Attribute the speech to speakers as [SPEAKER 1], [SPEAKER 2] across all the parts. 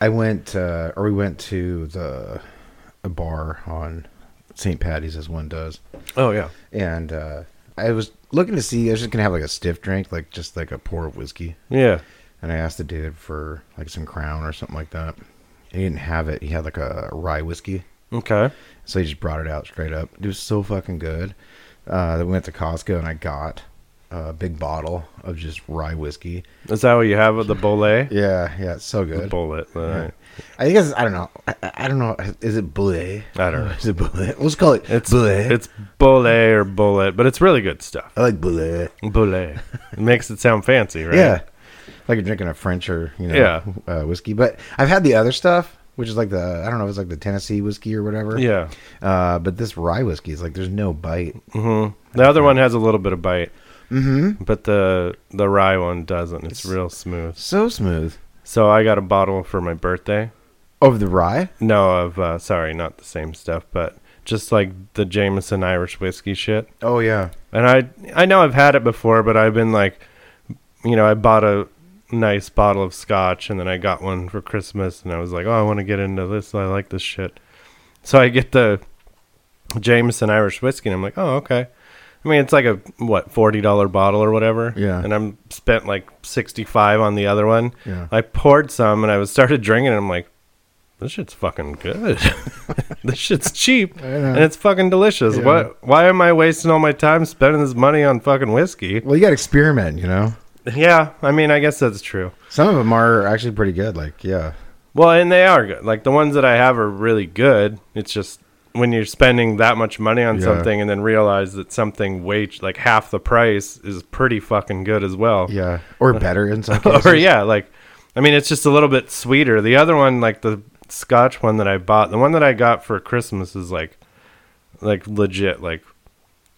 [SPEAKER 1] I went, uh, or we went to the a bar on St. Patty's, as one does,
[SPEAKER 2] Oh yeah.
[SPEAKER 1] and uh, I was looking to see. I was just gonna have like a stiff drink, like just like a pour of whiskey,
[SPEAKER 2] Yeah.
[SPEAKER 1] and I asked the dude for like some Crown or something like that. He didn't have it. He had like a rye whiskey,
[SPEAKER 2] Okay.
[SPEAKER 1] so he just brought it out straight up. It was so fucking good. Uh, then we went to Costco and I got a big bottle of just rye whiskey.
[SPEAKER 2] Is that what you have with the bolet?
[SPEAKER 1] Yeah, yeah, it's so good.
[SPEAKER 2] Bullet. All right.
[SPEAKER 1] I guess I don't know. I, I- I don't know. Is it boulet?
[SPEAKER 2] I don't know.
[SPEAKER 1] Is it boulet? Let's call it.
[SPEAKER 2] It's
[SPEAKER 1] boulet.
[SPEAKER 2] it's bolet or bullet, but it's really good stuff.
[SPEAKER 1] I like boulet.
[SPEAKER 2] Bolet. It makes it sound fancy, right?
[SPEAKER 1] Yeah, like you're drinking a French or you know
[SPEAKER 2] Yeah.
[SPEAKER 1] uh, whiskey. But I've had the other stuff, which is like the I don't know, if it's like the Tennessee whiskey or whatever.
[SPEAKER 2] Yeah.
[SPEAKER 1] Uh, but this rye whiskey is like there's no bite.
[SPEAKER 2] Mm-hmm. The other one has a little bit of bite. Mm-hmm. But the the rye one doesn't. It's, real smooth.
[SPEAKER 1] So smooth.
[SPEAKER 2] So I got a bottle for my birthday.
[SPEAKER 1] Of the rye.
[SPEAKER 2] No, of uh, sorry, not the same stuff, but just like the Jameson Irish whiskey shit.
[SPEAKER 1] Oh yeah.
[SPEAKER 2] And I I know I've had it before, but I've been like, you know, I bought a nice bottle of scotch and then I got one for Christmas and I was like, oh, I want to get into this. I like this shit. So I get the Jameson Irish whiskey and I'm like, oh, okay. I mean, it's like a what forty dollar bottle or whatever.
[SPEAKER 1] Yeah.
[SPEAKER 2] And I'm spent like sixty five on the other one.
[SPEAKER 1] Yeah.
[SPEAKER 2] I poured some and I was started drinking and I'm like, this shit's fucking good. this shit's cheap
[SPEAKER 1] know.
[SPEAKER 2] and it's fucking delicious.
[SPEAKER 1] Yeah.
[SPEAKER 2] What? Why am I wasting all my time spending this money on fucking whiskey?
[SPEAKER 1] Well, you got to experiment. You know,
[SPEAKER 2] Yeah, I mean, I guess that's true.
[SPEAKER 1] some of them are actually pretty good. Like yeah,
[SPEAKER 2] Well, and they are good. Like the ones that I have are really good. It's just when you're spending that much money on
[SPEAKER 1] Yeah.
[SPEAKER 2] something and then realize that something way ch- like half the price is pretty fucking good as well.
[SPEAKER 1] yeah, or better in some cases.
[SPEAKER 2] or yeah, like I mean, it's just a little bit sweeter. The other one, like the Scotch one that I bought, the one that I got for Christmas is like, like legit, like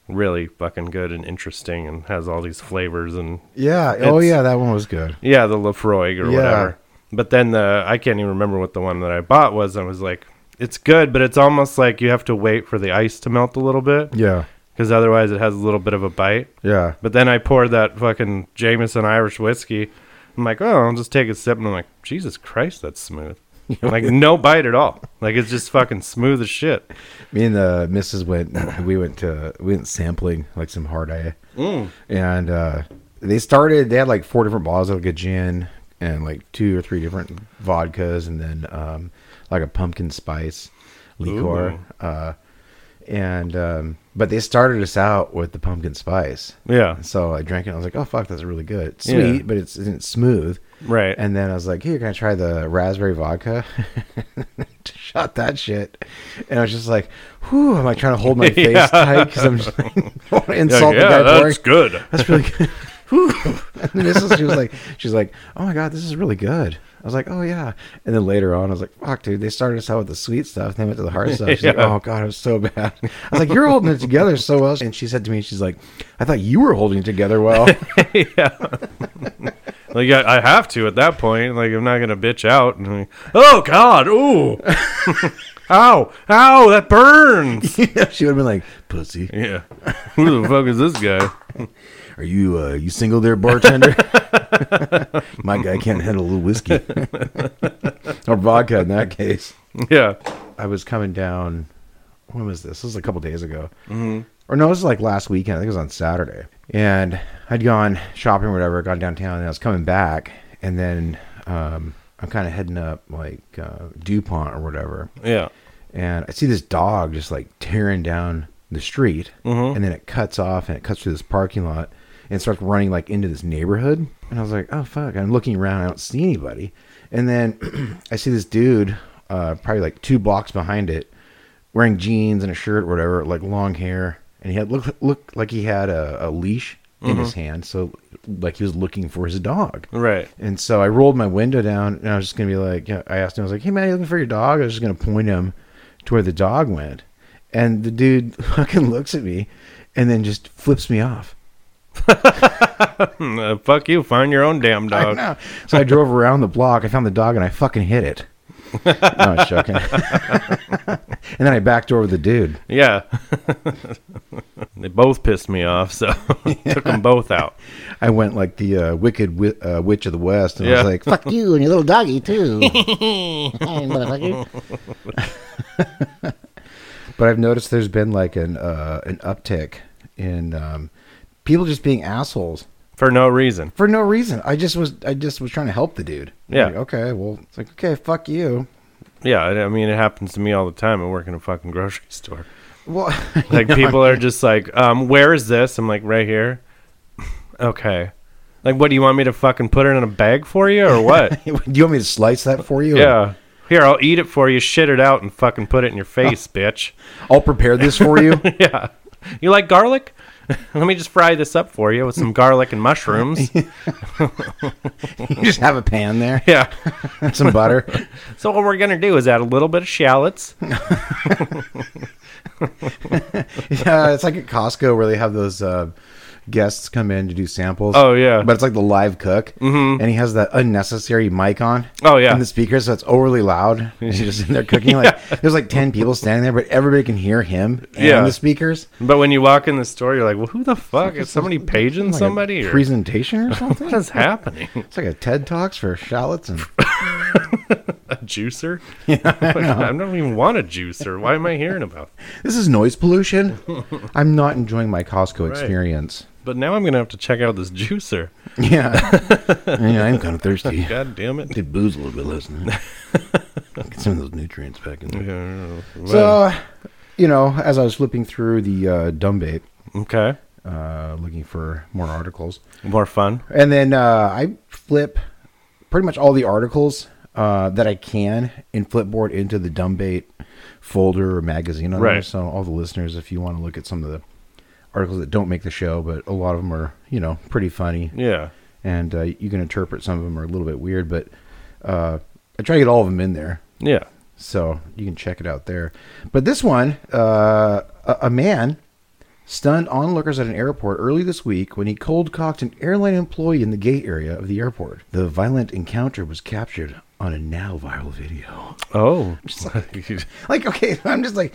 [SPEAKER 2] really fucking good and interesting, and has all these flavors and
[SPEAKER 1] Yeah. Oh
[SPEAKER 2] It's-
[SPEAKER 1] yeah, that one was good.
[SPEAKER 2] yeah, the Lefroy or
[SPEAKER 1] Yeah.
[SPEAKER 2] whatever. But then the I can't even remember what the one that I bought was. I was like, it's good, but it's almost like you have to wait for the ice to melt a little bit
[SPEAKER 1] Yeah.
[SPEAKER 2] because otherwise it has a little bit of a bite.
[SPEAKER 1] Yeah.
[SPEAKER 2] But then I poured that fucking Jameson Irish whiskey. I'm like, oh, I'll just take a sip, and I'm like, Jesus Christ, that's smooth. like no bite at all. Like it's just fucking smooth as shit.
[SPEAKER 1] Me and the missus went. We went to we went sampling like some hard eye, and uh, they started. They had like four different bottles of like a gin and like two or three different vodkas, and then um, like a pumpkin spice liqueur. Uh, and um, but they started us out with the pumpkin spice.
[SPEAKER 2] Yeah.
[SPEAKER 1] So I drank it. and I was like, "Oh fuck, that's really good. It's
[SPEAKER 2] Yeah.
[SPEAKER 1] sweet, but it's isn't smooth."
[SPEAKER 2] Right.
[SPEAKER 1] And then I was like, "Here, can I try the raspberry vodka?" Shot that shit, and I was just like, "Whew!" I'm like trying to hold my face
[SPEAKER 2] Yeah.
[SPEAKER 1] tight because I'm just like, want to
[SPEAKER 2] Yeah,
[SPEAKER 1] insult
[SPEAKER 2] yeah,
[SPEAKER 1] the guy pouring.
[SPEAKER 2] that's good.
[SPEAKER 1] That's really good. Whew. and then this is, she was like, she's like, "Oh my god, this is really good." I was like, "Oh yeah," and then later on, I was like, "Fuck, dude, they started us out with the sweet stuff, then went to the hard stuff." She's like,
[SPEAKER 2] Yeah.
[SPEAKER 1] "Oh god, it was so bad." I was like, "You're holding it together so well," and she said to me, "She's like, I thought you were holding it together well."
[SPEAKER 2] Like I, I have to at that point. Like I'm not gonna bitch out. And like, oh God, ooh, ow, ow, that burns.
[SPEAKER 1] she would have been like, "Pussy."
[SPEAKER 2] yeah. Who the fuck is this guy?
[SPEAKER 1] Are you uh, you single there, bartender? My guy can't handle a little whiskey or vodka in that case.
[SPEAKER 2] Yeah.
[SPEAKER 1] I was coming down. When was this? This was a couple days ago, mm-hmm. or no, this is like last weekend. I think it was on Saturday, and I'd gone shopping or whatever. Gone downtown, and I was coming back, and then um, I'm kind of heading up like uh, Dupont or whatever,
[SPEAKER 2] Yeah.
[SPEAKER 1] and I see this dog just like tearing down the street,
[SPEAKER 2] Mhm.
[SPEAKER 1] and then it cuts off and it cuts through this parking lot and starts running like into this neighborhood. And I was like, oh fuck! I'm looking around, I don't see anybody, and then I see this dude, uh, probably like two blocks behind it, wearing jeans and a shirt or whatever, like long hair, and he had looked looked like he had a, a leash in his hand, so like he was looking for his dog.
[SPEAKER 2] Right.
[SPEAKER 1] And so I rolled my window down and I was just going to be like, yeah, I asked him, I was like, hey, man, you looking for your dog? I was just going to point him to where the dog went. And the dude fucking looks at me and then just flips me off.
[SPEAKER 2] Hmm, uh, fuck you. Find your own damn
[SPEAKER 1] I
[SPEAKER 2] dog.
[SPEAKER 1] know. So I drove around the block. I found the dog and I fucking hit it. no, I'm joking. and then I backed over the dude.
[SPEAKER 2] Yeah. They both pissed me off, so took them both out.
[SPEAKER 1] I went like the uh, Wicked wi- uh, Witch of the West, and I
[SPEAKER 2] Yeah.
[SPEAKER 1] was like, "Fuck you and your little doggy too, Hey, motherfucker." but I've noticed there's been like an uh, an uptick in um, people just being assholes
[SPEAKER 2] For no reason.
[SPEAKER 1] for no reason. I just was I just was trying to help the dude.
[SPEAKER 2] Yeah.
[SPEAKER 1] Like, okay. Well, it's like okay, fuck you.
[SPEAKER 2] Yeah, I I mean, it happens to me all the time. I work in a fucking grocery store.
[SPEAKER 1] Well,
[SPEAKER 2] Like, people are just like, um, where is this? I'm like, right here. okay. Like, what, do you want me to fucking put it in a bag for you or what?
[SPEAKER 1] do you want me to slice that for you?
[SPEAKER 2] yeah. Here, I'll eat it for you, shit it out, and fucking put it in your face, bitch.
[SPEAKER 1] I'll prepare this for you.
[SPEAKER 2] yeah. You like garlic? Let me just fry this up for you with some garlic and mushrooms.
[SPEAKER 1] you just have a pan there,
[SPEAKER 2] yeah.
[SPEAKER 1] some butter.
[SPEAKER 2] So what we're gonna do is add a little bit of shallots.
[SPEAKER 1] yeah, it's like at Costco where they have those uh, guests come in to do samples.
[SPEAKER 2] Oh, yeah.
[SPEAKER 1] but it's like the live cook, mm-hmm. and he has that unnecessary mic on.
[SPEAKER 2] Oh, yeah.
[SPEAKER 1] and the speaker, so it's overly loud. And he's just in there cooking. Like there's like ten people standing there, but everybody can hear him and
[SPEAKER 2] Yeah.
[SPEAKER 1] the speakers.
[SPEAKER 2] But when you walk in the store, you're like, "Well, who the fuck is somebody paging
[SPEAKER 1] Like a
[SPEAKER 2] somebody?" Or,
[SPEAKER 1] presentation or something.
[SPEAKER 2] what is happening?
[SPEAKER 1] It's like a TED Talks for shallots and
[SPEAKER 2] A juicer? Like, I don't even want a juicer. Why am I hearing about? it?
[SPEAKER 1] this is noise pollution. I'm not enjoying my Costco experience.
[SPEAKER 2] But now I'm gonna have to check out this juicer.
[SPEAKER 1] Yeah, yeah, I'm kind of thirsty.
[SPEAKER 2] God damn it!
[SPEAKER 1] Did booze a little bit last night. Get some of those nutrients back in there.
[SPEAKER 2] Yeah, well,
[SPEAKER 1] So, you know, as I was flipping through the uh, Dumbait,
[SPEAKER 2] okay,
[SPEAKER 1] uh, looking for more articles,
[SPEAKER 2] more fun.
[SPEAKER 1] and then uh, I flip pretty much all the articles uh, that I can in Flipboard into the Dumbait folder or magazine. On there.
[SPEAKER 2] Right.
[SPEAKER 1] So, all the listeners, if you want to look at some of the articles that don't make the show, but a lot of them are, you know, pretty funny
[SPEAKER 2] Yeah,
[SPEAKER 1] and uh, you can interpret some of them are a little bit weird, but uh, I try to get all of them in there,
[SPEAKER 2] yeah.
[SPEAKER 1] so you can check it out there. But this one, uh, a, a man stunned onlookers at an airport early this week when he cold cocked an airline employee in the gate area of the airport. The violent encounter was captured on a now viral video.
[SPEAKER 2] Oh,
[SPEAKER 1] Like, okay, I'm just like,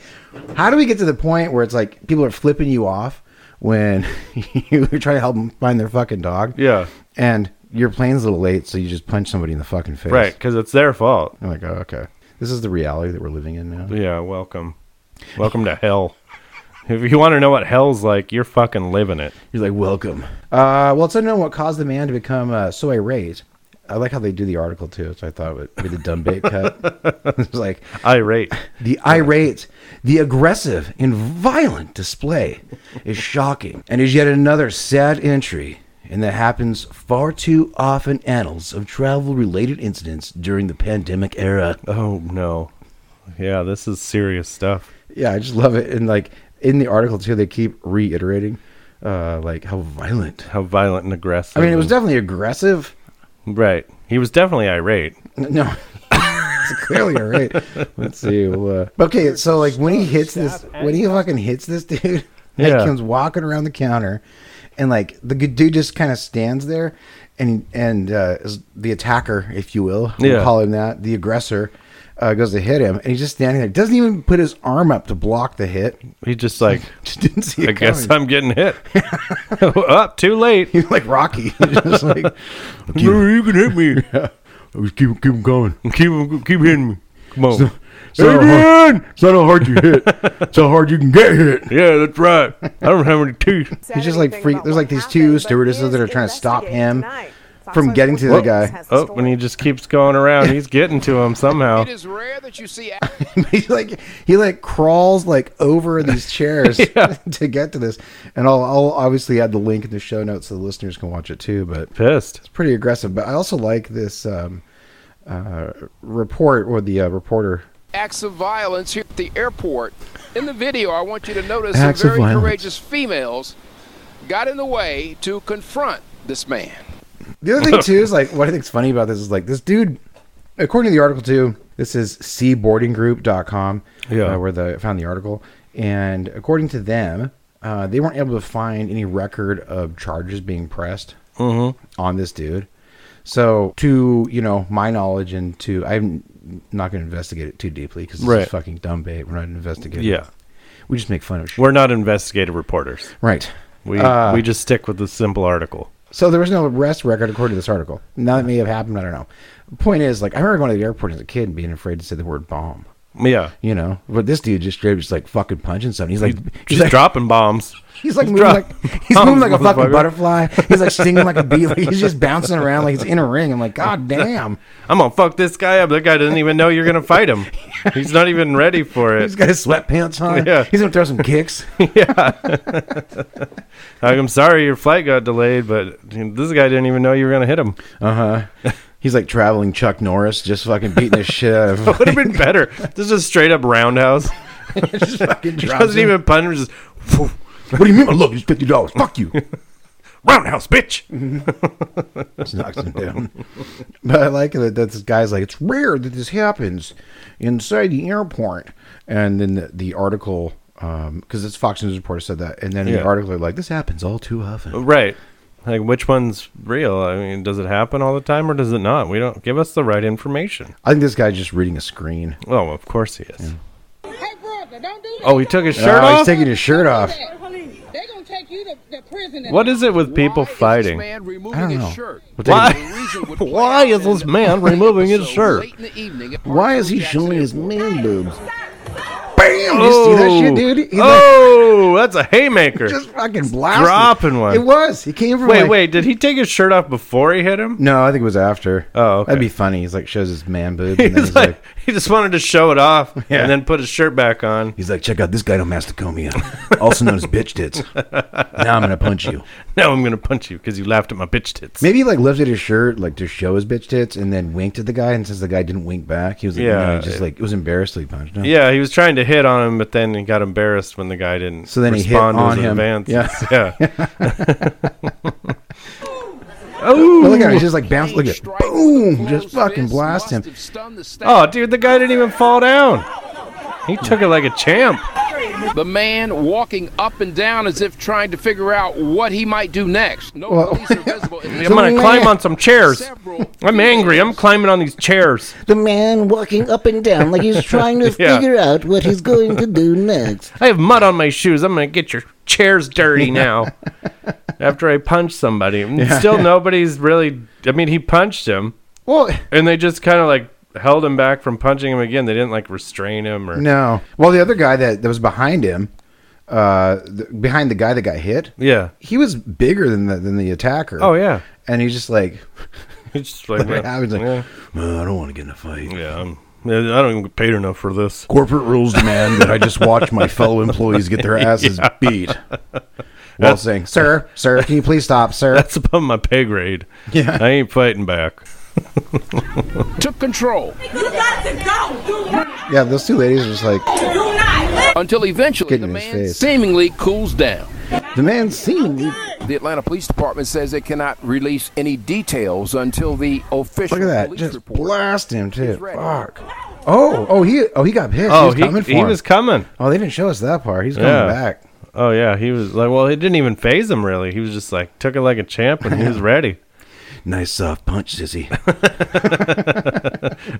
[SPEAKER 1] how do we get to the point where it's like people are flipping you off when you're trying to help them find their fucking dog?
[SPEAKER 2] yeah,
[SPEAKER 1] and your plane's a little late, so you just punch somebody in the fucking face.
[SPEAKER 2] right. Because it's their fault.
[SPEAKER 1] I'm like, oh, okay. This is the reality that we're living in now.
[SPEAKER 2] Yeah, welcome, welcome to hell. If you want to know what hell's like, you're fucking living it.
[SPEAKER 1] You're like, welcome. Uh, well, it's unknown what caused the man to become uh, so irate. I like how they do the article too, so I thought it would be the dumb bait cut. it's like
[SPEAKER 2] Irate.
[SPEAKER 1] the irate, the aggressive and violent display is shocking and is yet another sad entry, and that happens far too often annals of travel-related incidents during the pandemic era.
[SPEAKER 2] Oh no. Yeah, this is serious stuff.
[SPEAKER 1] yeah, I just love it. And like in the article too, they keep reiterating uh like how violent.
[SPEAKER 2] How violent and aggressive.
[SPEAKER 1] I mean, it was
[SPEAKER 2] and-
[SPEAKER 1] definitely aggressive.
[SPEAKER 2] right. He was definitely irate.
[SPEAKER 1] N- No. it's clearly all right. Let's see. we'll, uh, okay, so like when he hits this when he fucking hits this dude, like
[SPEAKER 2] Yeah.
[SPEAKER 1] comes walking around the counter and like the good dude just kind of stands there and and uh is the attacker, if you will, we'll
[SPEAKER 2] Yeah.
[SPEAKER 1] call him that, the aggressor uh, goes to hit him and he's just standing there. Doesn't even put his arm up to block the hit.
[SPEAKER 2] He just like
[SPEAKER 1] Just didn't see it
[SPEAKER 2] I guess
[SPEAKER 1] coming.
[SPEAKER 2] I'm getting hit. Up too late.
[SPEAKER 1] He's like Rocky. He's just like,
[SPEAKER 2] No, you can hit me.
[SPEAKER 1] keep, keep going.
[SPEAKER 2] Keep keep hitting me. Come on. uh-huh.
[SPEAKER 1] Adrian! It's not how hard you hit. It's how hard you can get hit.
[SPEAKER 2] Yeah, that's right. I don't have any teeth.
[SPEAKER 1] He's just like freak. There's like these two stewardesses that are trying to stop him from getting to the guy.
[SPEAKER 2] Oh, and he just keeps going around. He's getting to him somehow.
[SPEAKER 3] It is rare that you see.
[SPEAKER 1] He's like he like crawls like over these chairs to get to this. And I'll, I'll obviously add the link in the show notes so the listeners can watch it too. But
[SPEAKER 2] Pissed.
[SPEAKER 1] pretty aggressive. But I also like this um, uh, report or the uh, reporter
[SPEAKER 3] acts of violence here at the airport. In the video, I want you to notice
[SPEAKER 1] Acts of
[SPEAKER 3] some very
[SPEAKER 1] violence.
[SPEAKER 3] courageous females got in the way to confront this man.
[SPEAKER 1] The other thing too is like what I think's funny about this is like this dude, according to the article too, this is cboardinggroup.com,
[SPEAKER 2] Yeah.
[SPEAKER 1] uh, where the found the article, and according to them, uh, they weren't able to find any record of charges being pressed
[SPEAKER 2] Mm-hmm.
[SPEAKER 1] on this dude. So, to you know, my knowledge and to I'm not going to investigate it too deeply because this
[SPEAKER 2] Right.
[SPEAKER 1] is fucking dumb bait. We're not investigating.
[SPEAKER 2] Yeah.
[SPEAKER 1] We just make fun of shit.
[SPEAKER 2] We're not investigative reporters.
[SPEAKER 1] right.
[SPEAKER 2] We
[SPEAKER 1] Uh,
[SPEAKER 2] we just stick with the simple article.
[SPEAKER 1] So there was no arrest record according to this article. Now that may have happened. I don't know. Point is, like, I remember going to the airport as a kid and being afraid to say the word bomb.
[SPEAKER 2] Yeah.
[SPEAKER 1] You know, but this dude just straight up just like fucking punching something. He's like, he's
[SPEAKER 2] Just
[SPEAKER 1] like,
[SPEAKER 2] dropping bombs.
[SPEAKER 1] he's like
[SPEAKER 2] Just
[SPEAKER 1] moving
[SPEAKER 2] drop
[SPEAKER 1] like he's
[SPEAKER 2] bombs,
[SPEAKER 1] moving like a fucking
[SPEAKER 2] motherfucker.
[SPEAKER 1] butterfly. He's like stinging like a bee. Like, he's just bouncing around like it's in a ring. I'm like, god damn.
[SPEAKER 2] I'm gonna fuck this guy up. That guy doesn't even know you're gonna fight him. He's not even ready for
[SPEAKER 1] He's
[SPEAKER 2] it.
[SPEAKER 1] got his sweatpants on.
[SPEAKER 2] Yeah.
[SPEAKER 1] He's gonna throw some kicks.
[SPEAKER 2] Like, I'm sorry your flight got delayed, but this guy didn't even know you were gonna hit him.
[SPEAKER 1] Uh huh. He's like traveling Chuck Norris, just fucking beating the shit out of.
[SPEAKER 2] Would have been better. This is a straight up roundhouse.
[SPEAKER 1] just fucking
[SPEAKER 2] He
[SPEAKER 1] drops
[SPEAKER 2] doesn't
[SPEAKER 1] him.
[SPEAKER 2] even punch. him, Just
[SPEAKER 1] What do you mean? I love you. It's fifty dollars. Fuck you. Mm-hmm.
[SPEAKER 2] roundhouse, bitch.
[SPEAKER 1] just knocks him down. But I like that, that this guy's like, it's rare that this happens inside the airport. And then the, the article, because this Fox News reporter said that, and then in
[SPEAKER 2] Yeah.
[SPEAKER 1] the article they're like, this happens all too often.
[SPEAKER 2] Right. Like which one's real? I mean, does it happen all the time or does it not? We don't give us the right information.
[SPEAKER 1] I think this guy's just reading a screen.
[SPEAKER 2] Oh, of course he is.
[SPEAKER 4] Hey, brother, don't do that.
[SPEAKER 2] Oh, he took his
[SPEAKER 1] Oh,
[SPEAKER 2] shirt
[SPEAKER 1] he's
[SPEAKER 2] off.
[SPEAKER 1] taking his shirt off.
[SPEAKER 4] They're gonna take you to, to prison.
[SPEAKER 2] What is it with people
[SPEAKER 3] Why is
[SPEAKER 2] fighting?
[SPEAKER 3] This man removing
[SPEAKER 1] I don't
[SPEAKER 3] his
[SPEAKER 1] know.
[SPEAKER 3] shirt.
[SPEAKER 1] We'll take
[SPEAKER 2] Why?
[SPEAKER 1] it-
[SPEAKER 3] The reason would play
[SPEAKER 2] Why
[SPEAKER 3] out
[SPEAKER 2] is
[SPEAKER 3] in
[SPEAKER 2] this
[SPEAKER 3] the
[SPEAKER 2] man removing his
[SPEAKER 3] episode
[SPEAKER 2] shirt?
[SPEAKER 3] late in the evening at
[SPEAKER 1] Why is he
[SPEAKER 3] Jackson
[SPEAKER 1] showing his
[SPEAKER 3] Airport.
[SPEAKER 1] man boobs? Bam! You see that shit, dude? He like,
[SPEAKER 2] oh, that's a haymaker.
[SPEAKER 1] just fucking blasted.
[SPEAKER 2] dropping one.
[SPEAKER 1] It was. He came from
[SPEAKER 2] wait,
[SPEAKER 1] like-
[SPEAKER 2] wait, did he take his shirt off before he hit him?
[SPEAKER 1] No, I think it was after.
[SPEAKER 2] Oh, okay.
[SPEAKER 1] That'd be funny. He's like shows his man boob, and then
[SPEAKER 2] He's
[SPEAKER 1] he's like,
[SPEAKER 2] like, he just wanted to show it off
[SPEAKER 1] Yeah.
[SPEAKER 2] and then put his shirt back on.
[SPEAKER 1] He's like, check out this guy on mastocomia, also known as bitch tits. Now I'm gonna punch you.
[SPEAKER 2] Now I'm gonna punch you because you laughed at my bitch tits.
[SPEAKER 1] Maybe he like lifted his shirt like to show his bitch tits, and then winked at the guy. And since the guy didn't wink back, he was like,
[SPEAKER 2] Yeah.
[SPEAKER 1] no, he just like it was embarrassed that he punched him.
[SPEAKER 2] Yeah, he was trying to hit on him, but then he got embarrassed when the guy didn't
[SPEAKER 1] So then he hit
[SPEAKER 2] respond
[SPEAKER 1] on
[SPEAKER 2] to his
[SPEAKER 1] him.
[SPEAKER 2] advances. Yeah.
[SPEAKER 1] But look at him, he's just like bounced. Look at
[SPEAKER 3] Strike with a
[SPEAKER 1] boom,
[SPEAKER 3] closed
[SPEAKER 1] just fucking
[SPEAKER 3] fist
[SPEAKER 1] blast
[SPEAKER 3] must
[SPEAKER 1] him. Uh,
[SPEAKER 3] have stunned the staff.
[SPEAKER 2] Oh, dude, the guy didn't even fall down. He took it like a champ.
[SPEAKER 3] The man walking up and down as if trying to figure out what he might do next. No
[SPEAKER 1] Well-
[SPEAKER 3] police are visible. in the
[SPEAKER 2] I'm gonna
[SPEAKER 1] man-
[SPEAKER 2] climb on some chairs.
[SPEAKER 3] Several
[SPEAKER 2] I'm angry. I'm climbing on these chairs.
[SPEAKER 5] The man walking up and down like he's trying to
[SPEAKER 2] Yeah.
[SPEAKER 5] figure out what he's going to do next.
[SPEAKER 2] I have mud on my shoes. I'm gonna get your chairs dirty now. After I punch somebody, And still nobody's really. I mean, he punched him,
[SPEAKER 1] Well,
[SPEAKER 2] and they just kind of like held him back from punching him again. They didn't like restrain him or
[SPEAKER 1] no. Well, the other guy that, that was behind him, uh, th- behind the guy that got hit,
[SPEAKER 2] yeah.
[SPEAKER 1] he was bigger than the than the attacker.
[SPEAKER 2] Oh yeah,
[SPEAKER 1] and he's just like,
[SPEAKER 2] He's just like,
[SPEAKER 1] What happens, like-
[SPEAKER 2] yeah,
[SPEAKER 1] "Well, I don't want to get in a fight.
[SPEAKER 2] yeah. I'm, yeah, I don't even get paid enough for this.
[SPEAKER 1] Corporate rules demand that I just watch my fellow employees get their asses beat. While saying, "Sir, sir, can you please stop, sir?"
[SPEAKER 2] That's above my pay grade.
[SPEAKER 1] Yeah.
[SPEAKER 2] I ain't fighting back.
[SPEAKER 3] took control
[SPEAKER 6] You got to go. Do not.
[SPEAKER 1] Yeah, those two ladies are just like
[SPEAKER 6] Do not.
[SPEAKER 3] until eventually
[SPEAKER 1] Getting
[SPEAKER 3] the
[SPEAKER 1] in his
[SPEAKER 3] man
[SPEAKER 1] face.
[SPEAKER 3] seemingly cools down.
[SPEAKER 1] the man seemed.
[SPEAKER 3] The Atlanta Police Department says it cannot release any details until the official
[SPEAKER 1] Look at that,
[SPEAKER 3] police
[SPEAKER 1] just
[SPEAKER 3] report.
[SPEAKER 1] blast him too.
[SPEAKER 3] ready.
[SPEAKER 1] Fuck. Oh, oh, he, oh, he got pissed.
[SPEAKER 2] Oh,
[SPEAKER 1] he was coming for
[SPEAKER 2] he, he
[SPEAKER 1] him.
[SPEAKER 2] was coming.
[SPEAKER 1] oh, they didn't show us that part. He's coming
[SPEAKER 2] Yeah.
[SPEAKER 1] back.
[SPEAKER 2] Oh yeah, he was like, well, it didn't even phase him really. He was just like took it like a champ, and he was ready.
[SPEAKER 1] Nice soft punch, sissy.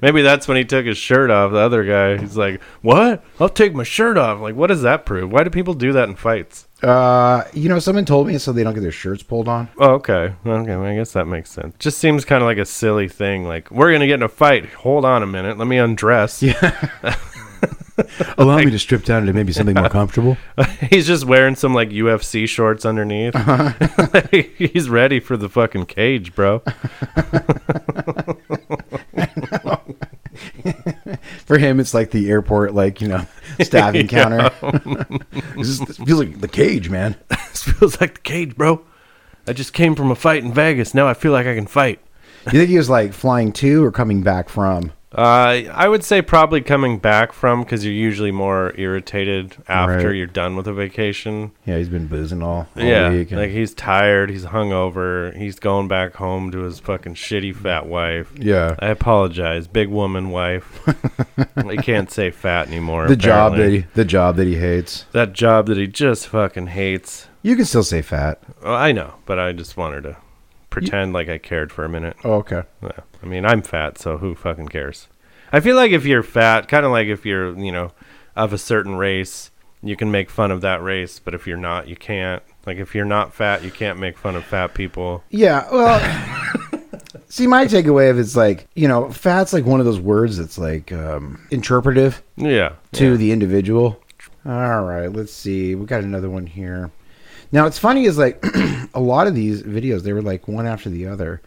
[SPEAKER 2] Maybe that's when he took his shirt off. The other guy, he's like, "What? I'll take my shirt off." Like, what does that prove? Why do people do that in fights?
[SPEAKER 1] uh, you know, someone told me so they don't get their shirts pulled on.
[SPEAKER 2] Oh, okay, okay, well, I guess that makes sense. Just seems kind of like a silly thing. Like, we're gonna get in a fight. Hold on a minute, let me undress.
[SPEAKER 1] Oh, Allow me to strip down into maybe something more comfortable.
[SPEAKER 2] he's just wearing some like UFC shorts underneath. he's ready for the fucking cage, bro.
[SPEAKER 1] For him, it's like the airport, like you know, staff encounter. this, is, this feels like the cage, man.
[SPEAKER 2] this feels like the cage, bro. I just came from a fight in Vegas. Now I feel like I can fight.
[SPEAKER 1] You think he was like flying to or coming back from?
[SPEAKER 2] Uh, I would say probably coming back from because you're usually more irritated after
[SPEAKER 1] Right.
[SPEAKER 2] you're done with a vacation.
[SPEAKER 1] Yeah, he's been boozing all, all
[SPEAKER 2] yeah,
[SPEAKER 1] week. and-
[SPEAKER 2] like he's tired, he's hungover, he's going back home to his fucking shitty fat wife.
[SPEAKER 1] yeah,
[SPEAKER 2] I apologize, big woman wife. I can't say fat anymore.
[SPEAKER 1] the job that
[SPEAKER 2] apparently.
[SPEAKER 1] he, the job that he hates.
[SPEAKER 2] that job that he just fucking hates.
[SPEAKER 1] You can still say fat.
[SPEAKER 2] Oh, I know, but I just wanted to pretend like I cared for a minute.
[SPEAKER 1] Oh, okay.
[SPEAKER 2] Yeah. I mean, I'm fat, so who fucking cares? I feel like if you're fat, kind of like if you're, you know, of a certain race, you can make fun of that race, but if you're not, you can't. Like if you're not fat, you can't make fun of fat people.
[SPEAKER 1] Yeah, well, see, my takeaway of it's like you know, fat's like one of those words that's like um, interpretive
[SPEAKER 2] Yeah.
[SPEAKER 1] to the individual. All right, let's see. We got another one here. Now, it's funny is like a lot of these videos they were like one after the other,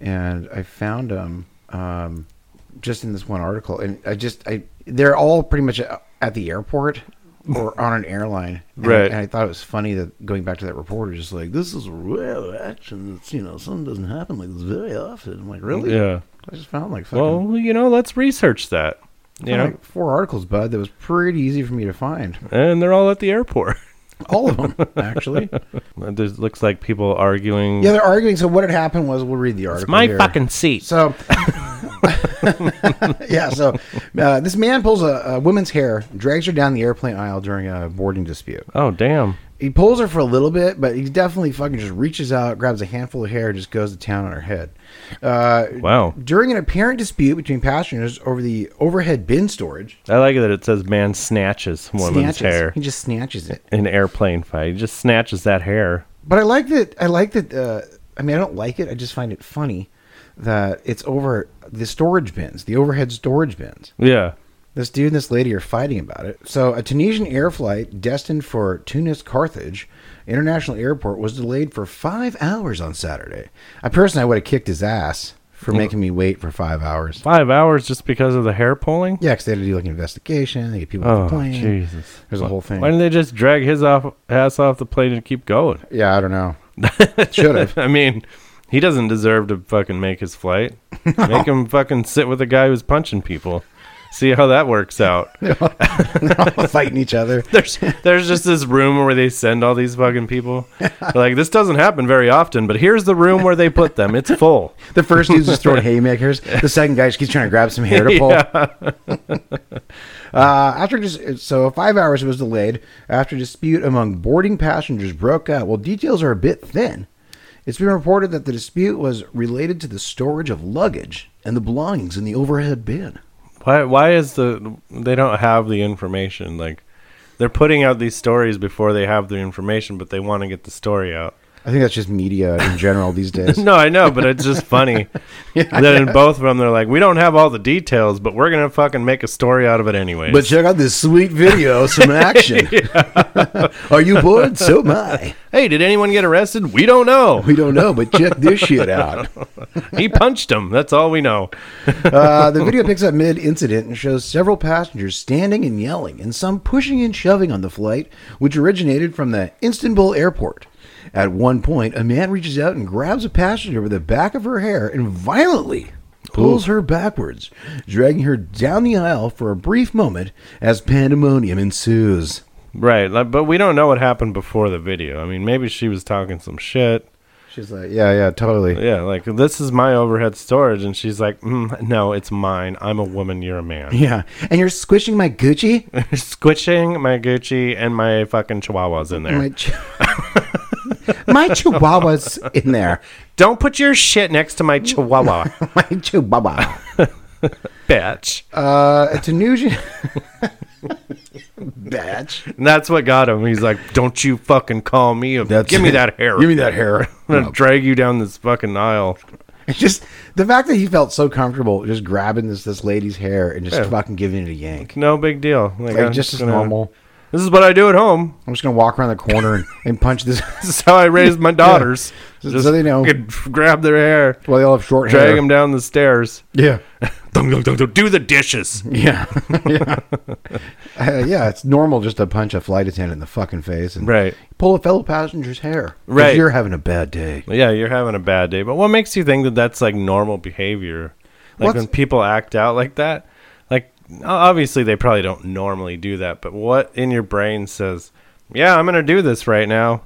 [SPEAKER 1] and I found them um, just in this one article, and I just I they're all pretty much uh, at the airport. Or on an airline, And I-
[SPEAKER 2] Right.
[SPEAKER 1] and I thought it was funny that going back to that reporter, just like this is a rare action. It's you know something doesn't happen like this very often. I'm like, really?
[SPEAKER 2] Yeah.
[SPEAKER 1] I just found like fucking
[SPEAKER 2] Well, you know, let's research that. You
[SPEAKER 1] found,
[SPEAKER 2] know,
[SPEAKER 1] like four articles, bud. That was pretty easy for me to find.
[SPEAKER 2] and they're all at the airport.
[SPEAKER 1] All of them, actually.
[SPEAKER 2] There looks like people arguing.
[SPEAKER 1] Yeah, they're arguing. So what had happened was, we'll read the article.
[SPEAKER 2] it's my
[SPEAKER 1] here.
[SPEAKER 2] fucking seat.
[SPEAKER 1] So, yeah. So uh, this man pulls a, a woman's hair, drags her down the airplane aisle during a boarding dispute.
[SPEAKER 2] oh damn.
[SPEAKER 1] He pulls her for a little bit, but he definitely fucking just reaches out, grabs a handful of hair, and just goes to town on her head. Uh,
[SPEAKER 2] Wow.
[SPEAKER 1] During an apparent dispute between passengers over the overhead bin storage,
[SPEAKER 2] I like that it says man snatches woman's
[SPEAKER 1] snatches.
[SPEAKER 2] hair
[SPEAKER 1] He just snatches it.
[SPEAKER 2] in airplane fight. He just snatches that hair.
[SPEAKER 1] But I like that. I like that. Uh, I mean, I don't like it. I just find it funny that it's over the storage bins, the overhead storage bins.
[SPEAKER 2] Yeah.
[SPEAKER 1] This dude and this lady are fighting about it. So, a Tunisian air flight destined for Tunis Carthage International Airport was delayed for five hours on Saturday. I personally, I would have kicked his ass
[SPEAKER 2] Oh.
[SPEAKER 1] for making me wait for five hours.
[SPEAKER 2] Five hours just because of the hair pulling.
[SPEAKER 1] Yeah, because they had to do like an investigation. They get people off
[SPEAKER 2] Oh
[SPEAKER 1] the plane.
[SPEAKER 2] Jesus.
[SPEAKER 1] There's a whole thing.
[SPEAKER 2] Why didn't they just drag his off ass off the plane and keep going?
[SPEAKER 1] Yeah, I don't know. Should have.
[SPEAKER 2] I mean, he doesn't deserve to fucking make his flight. Make him fucking sit with a guy who's punching people. See how that works out.
[SPEAKER 1] fighting each other.
[SPEAKER 2] There's there's just this room where they send all these fucking people. They're like this doesn't happen very often, but here's the room where they put them. It's full.
[SPEAKER 1] The first dude's just throwing haymakers. The second guy just keeps trying to grab some hair to pull. uh, after just so five hours was delayed after dispute among boarding passengers broke out. Well, details are a bit thin. It's been reported that the dispute was related to the storage of luggage and the belongings in the overhead bin.
[SPEAKER 2] Why why is the they don't have the information like they're putting out these stories before they have the information, but they want to get the story out.
[SPEAKER 1] I think that's just media in general these days.
[SPEAKER 2] No, I know, but it's just funny that in both of them they're like, we don't have all the details, but we're gonna fucking make a story out of it anyway.
[SPEAKER 1] But check out this sweet video, some action. Are you bored? So am I.
[SPEAKER 2] hey, did anyone get arrested? We don't know.
[SPEAKER 1] We don't know, but check this shit out.
[SPEAKER 2] He punched him. That's all we know.
[SPEAKER 1] Uh, the video picks up mid incident and shows several passengers standing and yelling, and some pushing and shoving on the flight, which originated from the Istanbul airport. At one point, a man reaches out and grabs a passenger by the back of her hair and violently pulls her backwards, dragging her down the aisle for a brief moment as pandemonium ensues.
[SPEAKER 2] Right, like, but we don't know what happened before the video. I mean, maybe she was talking some shit.
[SPEAKER 1] She's like, Yeah, yeah, totally.
[SPEAKER 2] Yeah, like this is my overhead storage, and she's like, mm, "No, it's mine. I'm a woman. You're a man."
[SPEAKER 1] Yeah. And you're squishing my Gucci?
[SPEAKER 2] Squishing my Gucci and my fucking chihuahuas in there.
[SPEAKER 1] My, ch- my chihuahua's in there.
[SPEAKER 2] don't put your shit next to my chihuahua,
[SPEAKER 1] My chihuahua.
[SPEAKER 2] bitch.
[SPEAKER 1] Uh, a Tunisian batch.
[SPEAKER 2] And that's what got him. He's like, "Don't you fucking call me. A- give me that hair.
[SPEAKER 1] Give me that hair.
[SPEAKER 2] I'm gonna drag you down this fucking aisle."
[SPEAKER 1] It's just the fact that he felt so comfortable just grabbing this this lady's hair and just fucking giving it a yank.
[SPEAKER 2] No big deal. Like,
[SPEAKER 1] Like
[SPEAKER 2] I'm
[SPEAKER 1] just as
[SPEAKER 2] gonna-
[SPEAKER 1] normal.
[SPEAKER 2] This is what I do at home.
[SPEAKER 1] I'm just gonna walk around the corner and, and punch this.
[SPEAKER 2] This is how I raise my daughters.
[SPEAKER 1] So- so they know.
[SPEAKER 2] fucking grab their hair,
[SPEAKER 1] Well, they all have short
[SPEAKER 2] drag
[SPEAKER 1] hair.
[SPEAKER 2] them down the stairs.
[SPEAKER 1] Yeah,
[SPEAKER 2] Dun, dun, dun, dun, do the dishes.
[SPEAKER 1] yeah, yeah. Uh, yeah, it's normal just to punch a flight attendant in the fucking face and
[SPEAKER 2] Right.
[SPEAKER 1] pull a fellow passenger's hair. 'Cause
[SPEAKER 2] Right.
[SPEAKER 1] you're having a bad day.
[SPEAKER 2] Yeah, you're having a bad day. But what makes you think that that's like normal behavior? Like
[SPEAKER 1] What's-
[SPEAKER 2] when people act out like that? Like, o- obviously, they probably don't normally do that. But what in your brain says, yeah, I'm going to do this right now?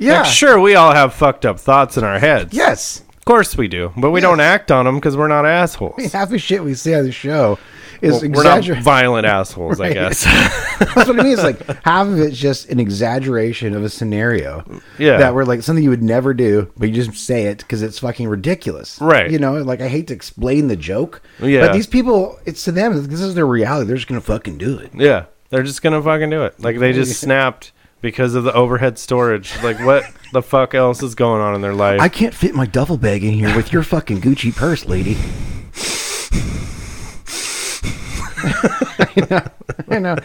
[SPEAKER 1] Yeah,
[SPEAKER 2] Like, sure, we all have fucked up thoughts in our heads.
[SPEAKER 1] yes.
[SPEAKER 2] Of course we do. But we don't
[SPEAKER 1] Yes.
[SPEAKER 2] act on them because we're not assholes.
[SPEAKER 1] Half the shit we see on the show is
[SPEAKER 2] We're not
[SPEAKER 1] exaggerated.
[SPEAKER 2] violent assholes, I guess.
[SPEAKER 1] That's what I mean. It's like half of it's just an exaggeration of a scenario.
[SPEAKER 2] Yeah.
[SPEAKER 1] That we're like something you would never do, but you just say it because it's fucking ridiculous.
[SPEAKER 2] Right.
[SPEAKER 1] You know, like I hate to explain the joke.
[SPEAKER 2] Yeah.
[SPEAKER 1] But these people, it's to them, this is their reality. They're just going to fucking do it.
[SPEAKER 2] yeah. They're just gonna fucking do it. Like they just snapped because of the overhead storage. Like what the fuck else is going on in their life?
[SPEAKER 1] I can't fit my duffel bag in here with your fucking Gucci purse, lady. I know. I know.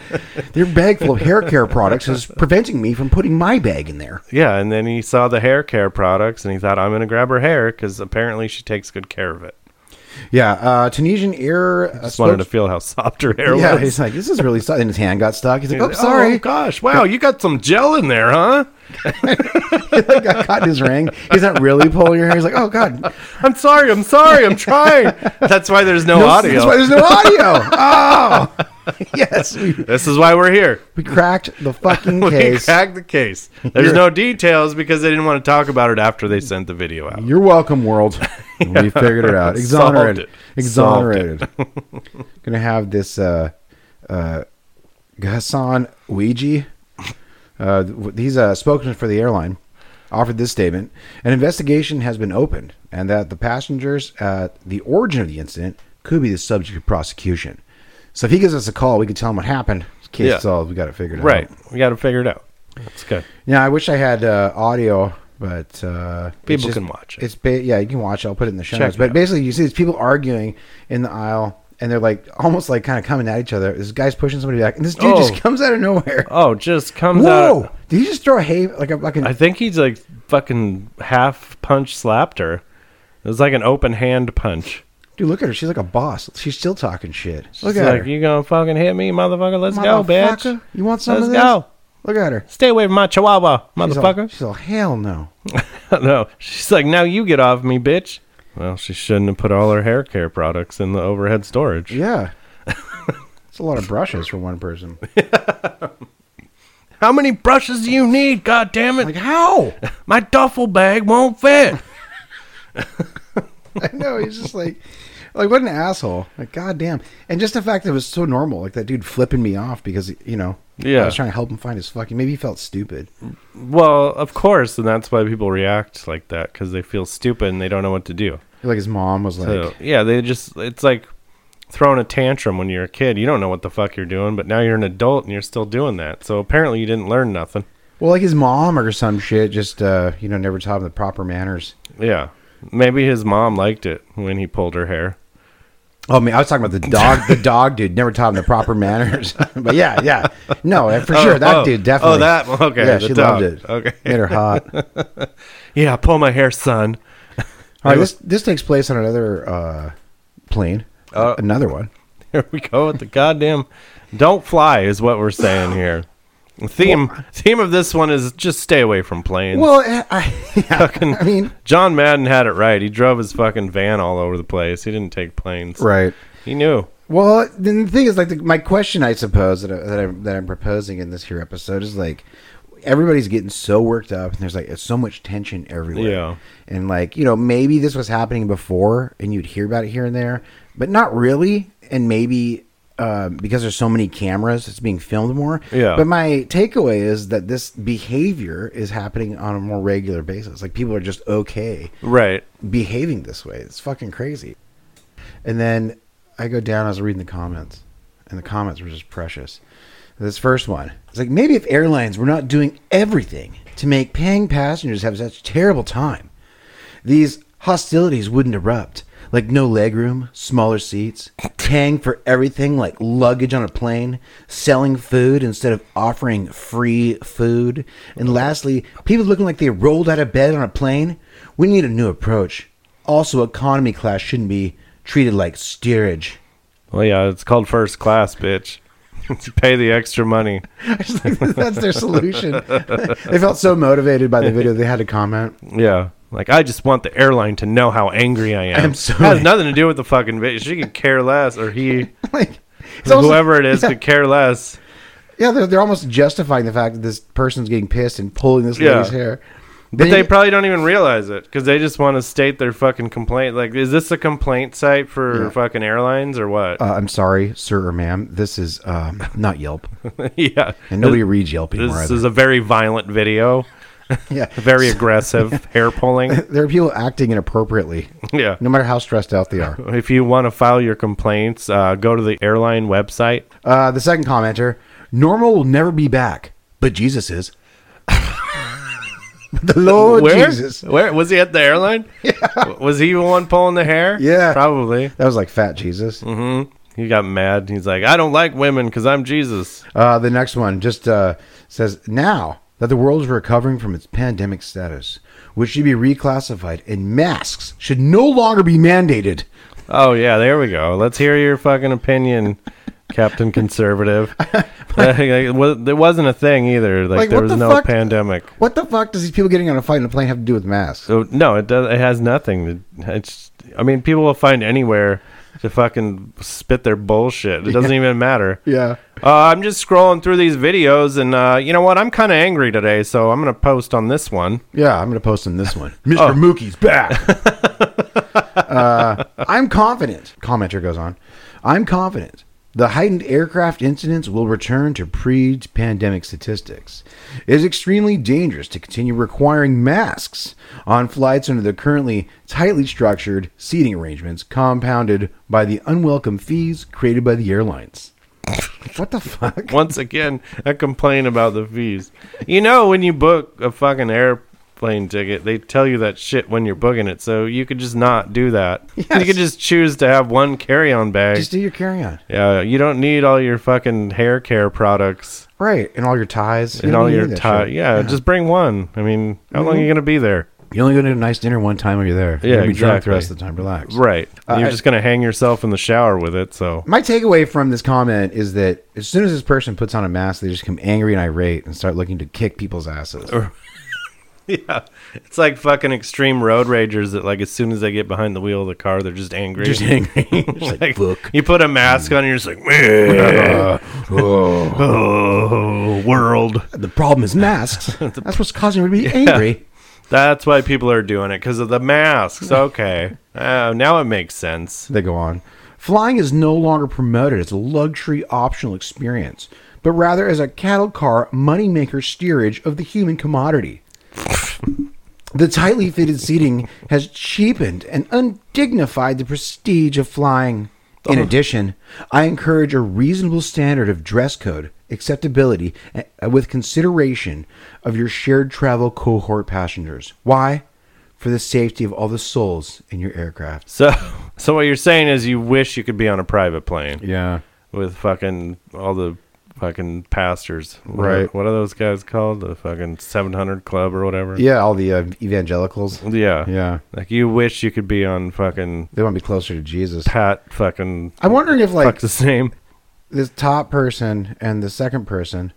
[SPEAKER 1] Your bag full of hair care products is preventing me from putting my bag in there.
[SPEAKER 2] yeah, and then he saw the hair care products and he thought, I'm gonna grab her hair because apparently she takes good care of it.
[SPEAKER 1] Yeah, uh, Tunisian air. uh,
[SPEAKER 2] Just wanted to
[SPEAKER 1] spokes-
[SPEAKER 2] feel how soft her hair
[SPEAKER 1] yeah,
[SPEAKER 2] was.
[SPEAKER 1] he's like, this is really stuck. And his hand got stuck. He's like,
[SPEAKER 2] He's
[SPEAKER 1] oh,
[SPEAKER 2] like,
[SPEAKER 1] sorry.
[SPEAKER 2] Oh, gosh. Wow, you got some gel in there, huh?
[SPEAKER 1] I got caught in his ring. He's not really pulling your hair. He's like, oh, God.
[SPEAKER 2] I'm sorry. I'm sorry. I'm trying. That's why there's no, audio.
[SPEAKER 1] That's why there's no audio. Oh, yes. We,
[SPEAKER 2] this is why we're here.
[SPEAKER 1] we cracked the fucking
[SPEAKER 2] We
[SPEAKER 1] case.
[SPEAKER 2] cracked the case. There's no details because they didn't want to talk about it after they sent the video out.
[SPEAKER 1] You're welcome, world. We figured it out.
[SPEAKER 2] Solved
[SPEAKER 1] Exonerated.
[SPEAKER 2] it.
[SPEAKER 1] Exonerated. Gonna have this uh, uh, Hassan Ouiji. Uh, th- he's a spokesman for the airline. Offered this statement: An investigation has been opened, and that the passengers, uh, the origin of the incident, could be the subject of prosecution. So if he gives us a call, we could tell him what happened. Case
[SPEAKER 2] Yeah.
[SPEAKER 1] solved. We got it figured out.
[SPEAKER 2] Right. We got to figure it out. That's good.
[SPEAKER 1] Yeah, I wish I had uh, audio, but uh, it's
[SPEAKER 2] People can watch it.
[SPEAKER 1] It's ba- yeah, you can watch. it. I'll put it in the show
[SPEAKER 2] Check
[SPEAKER 1] notes.
[SPEAKER 2] it
[SPEAKER 1] But
[SPEAKER 2] out.
[SPEAKER 1] basically, you see these people arguing in the aisle, and they're like almost like kind of coming at each other. This guy's pushing somebody back, and this dude
[SPEAKER 2] Oh.
[SPEAKER 1] just comes out of nowhere.
[SPEAKER 2] Oh, just comes
[SPEAKER 1] Whoa!
[SPEAKER 2] out.
[SPEAKER 1] Did he just throw a hay like a fucking?
[SPEAKER 2] I think he's like fucking half punch slapped her. It was like an open hand punch.
[SPEAKER 1] dude, look at her. She's like a boss. She's still talking shit. Look
[SPEAKER 2] She's
[SPEAKER 1] at
[SPEAKER 2] like,
[SPEAKER 1] her.
[SPEAKER 2] you gonna fucking hit me, motherfucker? Let's go, bitch.
[SPEAKER 1] Motherfucker. You want some
[SPEAKER 2] Let's
[SPEAKER 1] of this?
[SPEAKER 2] go.
[SPEAKER 1] Look at her.
[SPEAKER 2] Stay away from my chihuahua,
[SPEAKER 1] She's all-
[SPEAKER 2] motherfucker.
[SPEAKER 1] She's all, hell no.
[SPEAKER 2] no, she's like, now you get off me, bitch. Well, she shouldn't have put all her hair care products in the overhead storage.
[SPEAKER 1] Yeah. It's a lot of brushes for one person.
[SPEAKER 2] How many brushes do you need? God damn it!
[SPEAKER 1] Like how?
[SPEAKER 2] my duffel bag won't fit.
[SPEAKER 1] I know. He's just like, like what an asshole. Like goddamn. And just the fact that it was so normal, like that dude flipping me off because you know,
[SPEAKER 2] Yeah.
[SPEAKER 1] I was trying to help him find his fucking. Maybe he felt stupid.
[SPEAKER 2] well, of course, and that's why people react like that because they feel stupid and they don't know what to do.
[SPEAKER 1] Like his mom was like,
[SPEAKER 2] So, yeah, they just it's like throwing a tantrum when you're a kid. You don't know what the fuck you're doing, but now you're an adult and you're still doing that. So apparently you didn't learn nothing.
[SPEAKER 1] well, like his mom or some shit. Just uh, you know, never taught him the proper manners.
[SPEAKER 2] Yeah. Maybe his mom liked it when he pulled her hair.
[SPEAKER 1] Oh man, I was talking about the dog. the dog dude never taught him the proper manners. but yeah, yeah, no, uh, for sure, that
[SPEAKER 2] oh.
[SPEAKER 1] dude definitely.
[SPEAKER 2] Oh, that- okay,
[SPEAKER 1] Yeah,
[SPEAKER 2] the
[SPEAKER 1] she
[SPEAKER 2] dog.
[SPEAKER 1] loved it.
[SPEAKER 2] Okay.
[SPEAKER 1] made her hot.
[SPEAKER 2] Yeah, pull my hair, son.
[SPEAKER 1] All right, this this takes place on another uh, plane.
[SPEAKER 2] Oh.
[SPEAKER 1] another one.
[SPEAKER 2] Here we go with the goddamn don't fly is what we're saying here. The Theme theme of this one is just stay away from planes.
[SPEAKER 1] Well, I, I,
[SPEAKER 2] Fucking-
[SPEAKER 1] I mean,
[SPEAKER 2] John Madden had it right. He drove his fucking van all over the place. He didn't take planes.
[SPEAKER 1] right.
[SPEAKER 2] He knew.
[SPEAKER 1] Well, then the thing is, like, the, my question, I suppose that I, that I'm that I'm proposing in this here episode is like, everybody's getting so worked up, and there's like so much tension everywhere.
[SPEAKER 2] Yeah.
[SPEAKER 1] And like, you know, maybe this was happening before, and you'd hear about it here and there, but not really. And maybe uh, because there's so many cameras, it's being filmed more.
[SPEAKER 2] Yeah.
[SPEAKER 1] But my takeaway is that this behavior is happening on a more regular basis. Like, people are just okay
[SPEAKER 2] Right.
[SPEAKER 1] behaving this way. It's fucking crazy. And then I go down, I was reading the comments, and the comments were just precious. This first one it's like, maybe if airlines were not doing everything to make paying passengers have such terrible time, these hostilities wouldn't erupt. Like no legroom, smaller seats, paying for everything like luggage on a plane, selling food instead of offering free food, and lastly, people looking like they rolled out of bed on a plane. We need a new approach. Also, economy class shouldn't be treated like steerage.
[SPEAKER 2] Well, yeah, it's called first class, bitch. Pay the extra money.
[SPEAKER 1] That's their solution. they felt so motivated by the video they had to comment.
[SPEAKER 2] Yeah. Like, I just want the airline to know how angry I am.
[SPEAKER 1] I'm so-
[SPEAKER 2] It has nothing to do with the fucking bitch. She could care less, or he,
[SPEAKER 1] Like it's almost-
[SPEAKER 2] whoever it is, could care less.
[SPEAKER 1] Yeah, they're, they're almost justifying the fact that this person's getting pissed and pulling this
[SPEAKER 2] Yeah.
[SPEAKER 1] lady's hair.
[SPEAKER 2] But
[SPEAKER 1] Then
[SPEAKER 2] they
[SPEAKER 1] you-
[SPEAKER 2] probably don't even realize it because they just want to state their fucking complaint. Like, is this a complaint site for fucking airlines or what?
[SPEAKER 1] uh, I'm sorry, sir or ma'am. This is um, not Yelp,
[SPEAKER 2] yeah.
[SPEAKER 1] and nobody reads Yelp
[SPEAKER 2] This
[SPEAKER 1] anymore. either.
[SPEAKER 2] is a very violent video,
[SPEAKER 1] yeah,
[SPEAKER 2] very aggressive hair pulling.
[SPEAKER 1] there are people acting inappropriately,
[SPEAKER 2] Yeah.
[SPEAKER 1] no matter how stressed out they are.
[SPEAKER 2] If you want to file your complaints, uh, go to the airline website.
[SPEAKER 1] Uh, the second commenter. Normal will never be back, but Jesus is. the Lord Oh,
[SPEAKER 2] Where?
[SPEAKER 1] Jesus.
[SPEAKER 2] Where was he at the airline? Yeah. Was he the one pulling the hair?
[SPEAKER 1] Yeah.
[SPEAKER 2] probably. Mm-hmm.
[SPEAKER 1] That was like Fat Jesus.
[SPEAKER 2] Mm. He got mad. He's like, I don't like women because I'm Jesus.
[SPEAKER 1] Uh, the next one just uh, says now that the world is recovering from its pandemic status, which should be reclassified, and masks should no longer be mandated.
[SPEAKER 2] Oh yeah, there we go. Let's hear your fucking opinion, Captain Conservative. Like, it wa- there wasn't a thing either. Like,
[SPEAKER 1] Like,
[SPEAKER 2] there
[SPEAKER 1] what
[SPEAKER 2] was
[SPEAKER 1] the
[SPEAKER 2] no
[SPEAKER 1] fuck?
[SPEAKER 2] pandemic.
[SPEAKER 1] What the fuck does these people getting on a flight and a plane have to do with masks?
[SPEAKER 2] So no, it does. It has nothing. to- It's. I mean, people will find anywhere to fucking spit their bullshit. It doesn't even matter.
[SPEAKER 1] Yeah.
[SPEAKER 2] Uh, I'm just scrolling through these videos, and uh, you know what? I'm kind of angry today, so I'm gonna post on this one.
[SPEAKER 1] Yeah, I'm gonna post on this one. Mr. Mookie's back. uh, I'm confident. Commenter goes on. I'm confident. The heightened aircraft incidents will return to pre-pandemic statistics. It is extremely dangerous to continue requiring masks on flights under the currently tightly structured seating arrangements, compounded by the unwelcome fees created by the airlines. what the fuck?
[SPEAKER 2] Once again, I complain about the fees. You know, when you book a fucking airplane ticket, they tell you that shit when you're booking it, so you could just not do that. You could just choose to have one carry-on bag.
[SPEAKER 1] Just do your carry-on,
[SPEAKER 2] yeah, you don't need all your fucking hair care products.
[SPEAKER 1] right? And all your ties You
[SPEAKER 2] and
[SPEAKER 1] don't
[SPEAKER 2] all
[SPEAKER 1] need
[SPEAKER 2] your
[SPEAKER 1] that
[SPEAKER 2] time.
[SPEAKER 1] shit. Mm-hmm.
[SPEAKER 2] Yeah, just bring one. I mean, how long are you gonna be there?
[SPEAKER 1] You're only going to a nice dinner one time while you're there.
[SPEAKER 2] Yeah,
[SPEAKER 1] you're gonna be drunk the
[SPEAKER 2] exactly.
[SPEAKER 1] rest of the time. Relax.
[SPEAKER 2] Right.
[SPEAKER 1] Uh,
[SPEAKER 2] You're
[SPEAKER 1] I-
[SPEAKER 2] just gonna hang yourself in the shower with it. So
[SPEAKER 1] My takeaway from this comment is that as soon as this person puts on a mask, they just become angry and irate and start looking to kick people's asses.
[SPEAKER 2] yeah, it's like fucking extreme road ragers that like as soon as they get behind the wheel of the car, they're just angry.
[SPEAKER 1] Just angry. Just like,
[SPEAKER 2] Like,
[SPEAKER 1] "Fuck."
[SPEAKER 2] You put a mask on, and you're just like, "Meh." oh, world.
[SPEAKER 1] The problem is masks. That's what's causing everybody to be angry.
[SPEAKER 2] That's why people are doing it because of the masks. Okay, uh, now it makes sense.
[SPEAKER 1] They go on. Flying is no longer promoted as a luxury optional experience, but rather as a cattle car moneymaker steerage of the human commodity. the tightly fitted seating has cheapened and undignified the prestige of flying. In addition, I encourage a reasonable standard of dress code, acceptability, uh, with consideration of your shared travel cohort passengers. Why? For the safety of all the souls in your aircraft.
[SPEAKER 2] So, so what you're saying is you wish you could be on a private plane
[SPEAKER 1] Yeah.
[SPEAKER 2] with fucking all the fucking pastors, What are-
[SPEAKER 1] Right.
[SPEAKER 2] What are those guys called? The fucking 700 Club or whatever.
[SPEAKER 1] Yeah, all the uh, evangelicals.
[SPEAKER 2] Yeah.
[SPEAKER 1] Yeah.
[SPEAKER 2] Like you wish you could be on fucking
[SPEAKER 1] They want to be closer to Jesus.
[SPEAKER 2] Pat fucking
[SPEAKER 1] I'm wondering if like
[SPEAKER 2] fuck's his name.
[SPEAKER 1] this top person and the second person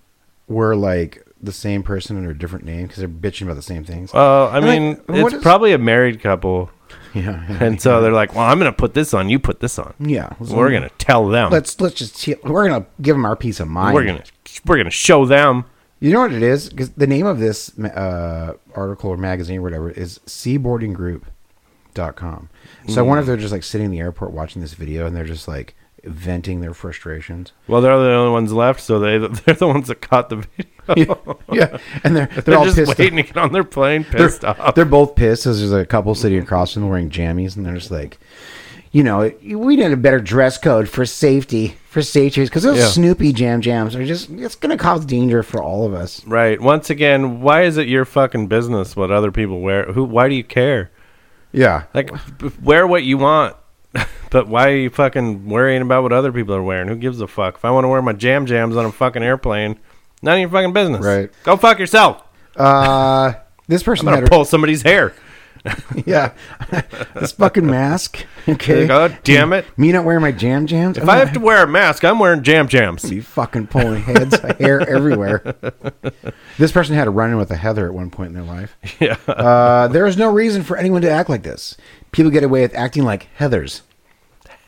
[SPEAKER 1] were like the same person under a different name because they're bitching about the same things.
[SPEAKER 2] Well, Uh, I
[SPEAKER 1] And, like,
[SPEAKER 2] mean,
[SPEAKER 1] what
[SPEAKER 2] it's
[SPEAKER 1] is-
[SPEAKER 2] probably a married couple,
[SPEAKER 1] yeah, yeah,
[SPEAKER 2] and so they're like, "Well, I'm gonna put this on. You put this on.
[SPEAKER 1] yeah. So
[SPEAKER 2] We're gonna tell them.
[SPEAKER 1] let's let's just see- we're gonna give them our peace of mind.
[SPEAKER 2] we're gonna we're gonna show them."
[SPEAKER 1] You know what it is? Because the name of this uh, article or magazine or whatever is seaboardinggroup.com. So I wonder
[SPEAKER 2] Mm.
[SPEAKER 1] if they're just like sitting in the airport watching this video and they're just like venting their frustrations.
[SPEAKER 2] Well, they're the only ones left, so they they're the ones that caught the video.
[SPEAKER 1] yeah, yeah. and they're they're,
[SPEAKER 2] They're,
[SPEAKER 1] all
[SPEAKER 2] just
[SPEAKER 1] pissed.
[SPEAKER 2] waiting
[SPEAKER 1] Off.
[SPEAKER 2] to get on their plane,
[SPEAKER 1] They're,
[SPEAKER 2] pissed off.
[SPEAKER 1] they're both pissed. 'cause There's a couple sitting across from them wearing jammies, and they're just like, you know, we need a better dress code for safety, for safety, because those
[SPEAKER 2] Yeah.
[SPEAKER 1] Snoopy jam jams are just it's gonna cause danger for all of us.
[SPEAKER 2] Right. Once again, why is it your fucking business what other people wear? Who? Why do you care?
[SPEAKER 1] Yeah,
[SPEAKER 2] Like, b- wear what you want, but why are you fucking worrying about what other people are wearing? Who gives a fuck? If I want to wear my jam jams on a fucking airplane, none of your fucking business.
[SPEAKER 1] Right.
[SPEAKER 2] Go fuck yourself.
[SPEAKER 1] uh, this person
[SPEAKER 2] I'm
[SPEAKER 1] had
[SPEAKER 2] gonna
[SPEAKER 1] a,
[SPEAKER 2] pull somebody's hair.
[SPEAKER 1] yeah, this fucking mask. Okay,
[SPEAKER 2] God damn it.
[SPEAKER 1] me not wearing my jam jams.
[SPEAKER 2] If I have to wear a mask, I'm wearing jam jams.
[SPEAKER 1] be fucking pulling heads, hair everywhere. This person had a run in with a Heather at one point in their life. Yeah. Uh, there is no reason for anyone to act like this. People get away with acting like Heathers.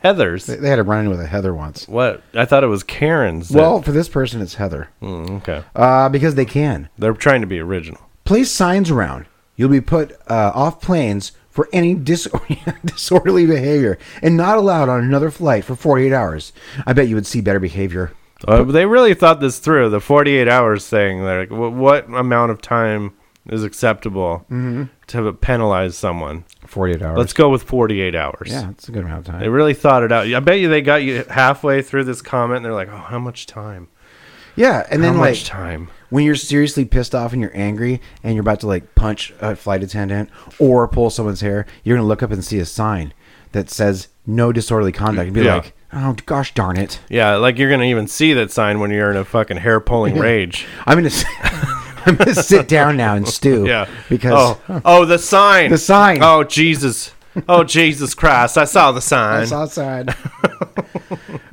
[SPEAKER 2] Heather's.
[SPEAKER 1] They had a run in with a Heather once.
[SPEAKER 2] What? I thought it was Karen's. that-
[SPEAKER 1] Well, for this person, it's Heather
[SPEAKER 2] Mm, okay.
[SPEAKER 1] uh, because they can.
[SPEAKER 2] They're trying to be original.
[SPEAKER 1] Place signs around. You'll be put uh, off planes for any dis- disorderly behavior and not allowed on another flight for 48 hours. I bet you would see better behavior.
[SPEAKER 2] Uh, they really thought this through. The 48 hours thing. They're like, wh- what amount of time is acceptable
[SPEAKER 1] Mm-hmm.
[SPEAKER 2] to penalize someone?
[SPEAKER 1] 48 hours.
[SPEAKER 2] Let's go with 48 hours.
[SPEAKER 1] yeah, that's a good amount of time.
[SPEAKER 2] They really thought it out. I bet you they got you halfway through this comment and they're like, oh, how much time?
[SPEAKER 1] Yeah, and
[SPEAKER 2] How
[SPEAKER 1] then like
[SPEAKER 2] much time?
[SPEAKER 1] when you're seriously pissed off and you're angry and you're about to like punch a flight attendant or pull someone's hair, you're gonna look up and see a sign that says "No disorderly conduct" and be
[SPEAKER 2] Yeah.
[SPEAKER 1] like, "Oh gosh darn it!"
[SPEAKER 2] Yeah, like you're gonna even see that sign when you're in a fucking hair pulling rage.
[SPEAKER 1] I'm gonna s- I'm gonna sit down now and stew.
[SPEAKER 2] Yeah,
[SPEAKER 1] because
[SPEAKER 2] oh, oh, the sign,
[SPEAKER 1] The sign.
[SPEAKER 2] Oh Jesus, oh Jesus Christ! I saw the sign.
[SPEAKER 1] That's outside.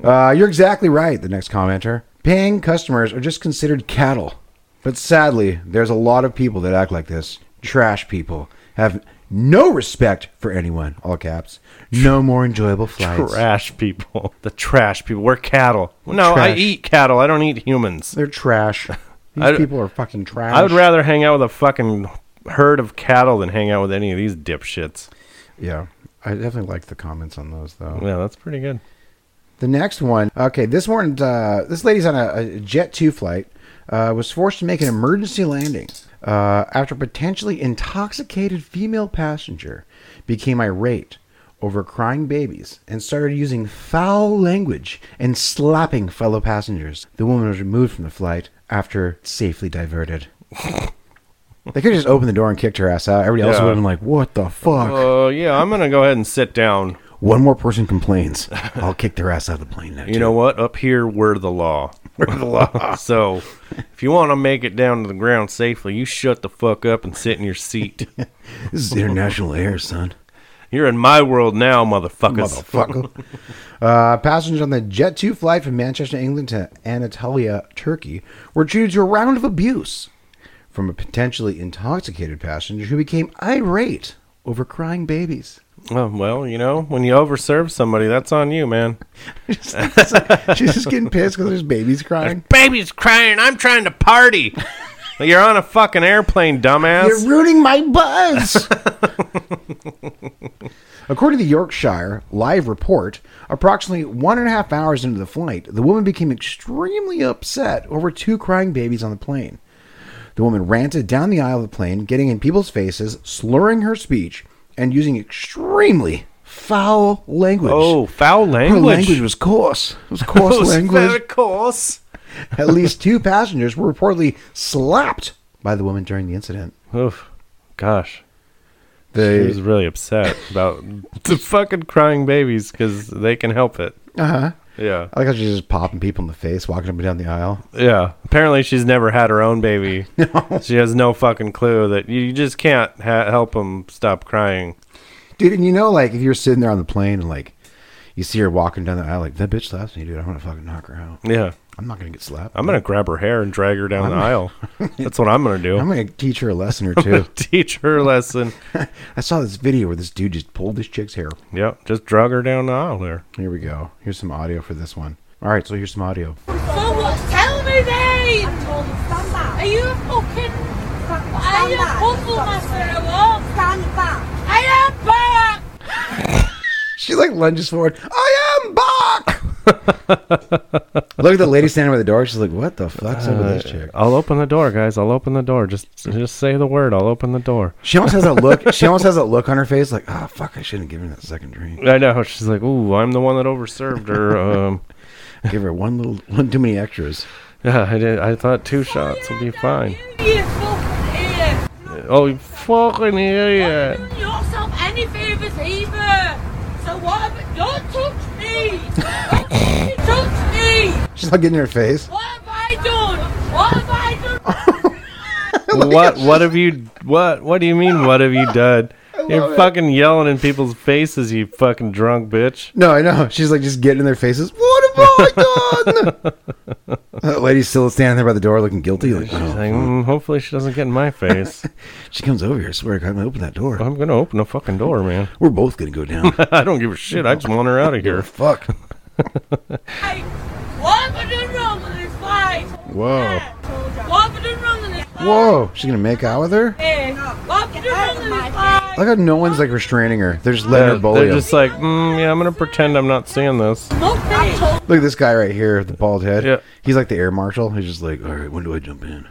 [SPEAKER 1] uh, you're exactly right, the next commenter. Paying customers are just considered cattle. But sadly, there's a lot of people that act like this. Trash people have no respect for anyone, all caps. No more enjoyable flights.
[SPEAKER 2] trash people. The trash people. We're cattle. No, I
[SPEAKER 1] Trash.
[SPEAKER 2] eat cattle. I don't eat humans.
[SPEAKER 1] They're trash. These
[SPEAKER 2] I'd-
[SPEAKER 1] people are fucking trash.
[SPEAKER 2] I would rather hang out with a fucking herd of cattle than hang out with any of these dipshits.
[SPEAKER 1] Yeah. I definitely like the comments on those, though.
[SPEAKER 2] Yeah, that's pretty good.
[SPEAKER 1] The next one, okay, this one, uh, this lady's on a, a Jet 2 flight, uh, was forced to make an emergency landing uh, after a potentially intoxicated female passenger became irate over crying babies and started using foul language and slapping fellow passengers. The woman was removed from the flight after safely diverted. they could have just opened the door and kicked her ass out. Everybody else
[SPEAKER 2] Yeah.
[SPEAKER 1] would have been like, what the fuck?
[SPEAKER 2] Uh, yeah, I'm gonna go ahead and sit down.
[SPEAKER 1] One more person complains. I'll kick their ass out of the plane now.
[SPEAKER 2] You know what? Up here, we're the law. We're the law. so, if you want to make it down to the ground safely, you shut the fuck up and sit in your seat.
[SPEAKER 1] This is international air, son.
[SPEAKER 2] You're in my world now, motherfuckers.
[SPEAKER 1] Motherfucker. uh, passengers on the Jet 2 flight from Manchester, England to Anatolia, Turkey were treated to a round of abuse from a potentially intoxicated passenger who became irate over crying babies.
[SPEAKER 2] Oh, well, you know, when you overserve somebody, that's on you, man.
[SPEAKER 1] She's just getting pissed because there's babies crying.
[SPEAKER 2] Baby's crying. I'm trying to party. Like, You're on a fucking airplane, dumbass.
[SPEAKER 1] You're ruining my buzz. According to the Yorkshire Live Report, approximately one and a half hours into the flight, the woman became extremely upset over two crying babies on the plane. The woman ranted down the aisle of the plane, getting in people's faces, slurring her speech, and using extremely foul language.
[SPEAKER 2] oh, foul
[SPEAKER 1] her
[SPEAKER 2] language.
[SPEAKER 1] language was coarse. It was coarse
[SPEAKER 2] Those
[SPEAKER 1] language.
[SPEAKER 2] very coarse.
[SPEAKER 1] At least two passengers were reportedly slapped by the woman during the incident.
[SPEAKER 2] Oof. Gosh.
[SPEAKER 1] The,
[SPEAKER 2] She was really upset about the fucking crying babies because they can help it. Uh
[SPEAKER 1] uh-huh.
[SPEAKER 2] huh. Yeah.
[SPEAKER 1] I like how she's just popping people in the face, walking up and down the aisle.
[SPEAKER 2] Yeah. Apparently, she's never had her own baby. She has no fucking clue that you you just can't ha- help them stop crying.
[SPEAKER 1] Dude, and you know, like, if you're sitting there on the plane and, like, you see her walking down the aisle, like, that bitch slaps me, dude. I'm going to fucking knock her out.
[SPEAKER 2] Yeah.
[SPEAKER 1] I'm not going to get slapped.
[SPEAKER 2] I'm going to grab her hair and drag her down the aisle. That's what I'm going to do.
[SPEAKER 1] I'm going to teach her a lesson or two.
[SPEAKER 2] Teach her a lesson.
[SPEAKER 1] I saw this video where this dude just pulled this chick's hair.
[SPEAKER 2] Yep. Just drug her down the aisle there.
[SPEAKER 1] Here we go. Here's some audio for this one. All right, so here's some audio.
[SPEAKER 6] So what? Tell me then.
[SPEAKER 7] Stand
[SPEAKER 6] Are
[SPEAKER 7] back.
[SPEAKER 6] you a fucking? Are you a
[SPEAKER 7] back.
[SPEAKER 6] puzzle master or what?
[SPEAKER 7] Stand back.
[SPEAKER 6] I am back.
[SPEAKER 1] She, like, lunges forward. I am back! Look at the lady standing by the door. She's like, what the fuck's up with this chick?
[SPEAKER 2] I'll open the door, guys. I'll open the door. Just just say the word. I'll open the door.
[SPEAKER 1] She almost has that look. She almost has that look on her face like, ah, fuck, I shouldn't have given her that second drink.
[SPEAKER 2] I know. She's like, ooh, I'm the one that overserved her. Um,
[SPEAKER 1] Give her one little, one too many extras.
[SPEAKER 2] yeah, I did. Oh, I thought two shots would be fine.
[SPEAKER 6] You, you fucking idiot.
[SPEAKER 2] Oh, you fucking idiot.
[SPEAKER 6] You've done yourself any favours either. So what? Have, don't touch me. Don't fucking touch me.
[SPEAKER 1] She's like in her face.
[SPEAKER 6] What have I done? What have I done?
[SPEAKER 2] what what have you what what do you mean what have you done you're
[SPEAKER 1] love it.
[SPEAKER 2] fucking yelling in people's faces you fucking drunk bitch
[SPEAKER 1] No, I know. She's like just getting in their faces. What have I done? that lady's still standing there by the door looking guilty. Like, "Oh."
[SPEAKER 2] like, mm, hopefully she doesn't get in my face
[SPEAKER 1] She comes over here. I swear, to God, I'm gonna open that door.
[SPEAKER 2] i'm gonna open the fucking door man
[SPEAKER 1] We're both gonna go down.
[SPEAKER 2] i don't give a shit i just want her out of here
[SPEAKER 1] Fuck.
[SPEAKER 6] Hey, What have I done wrong on this flight?
[SPEAKER 1] Whoa.
[SPEAKER 6] What have I done wrong on this flight?
[SPEAKER 1] Whoa. She's gonna make out with her.
[SPEAKER 6] Hey, What have I done wrong on this flight?
[SPEAKER 1] I like how no one's like restraining her. They're just letting her
[SPEAKER 2] they're, they're
[SPEAKER 1] bully. Him.
[SPEAKER 2] just like mm, yeah i'm gonna pretend i'm not seeing this
[SPEAKER 6] Nothing.
[SPEAKER 1] Look at this guy right here, the bald head.
[SPEAKER 2] Yeah.
[SPEAKER 1] He's like the air marshal. He's just like, all right, when do I jump in?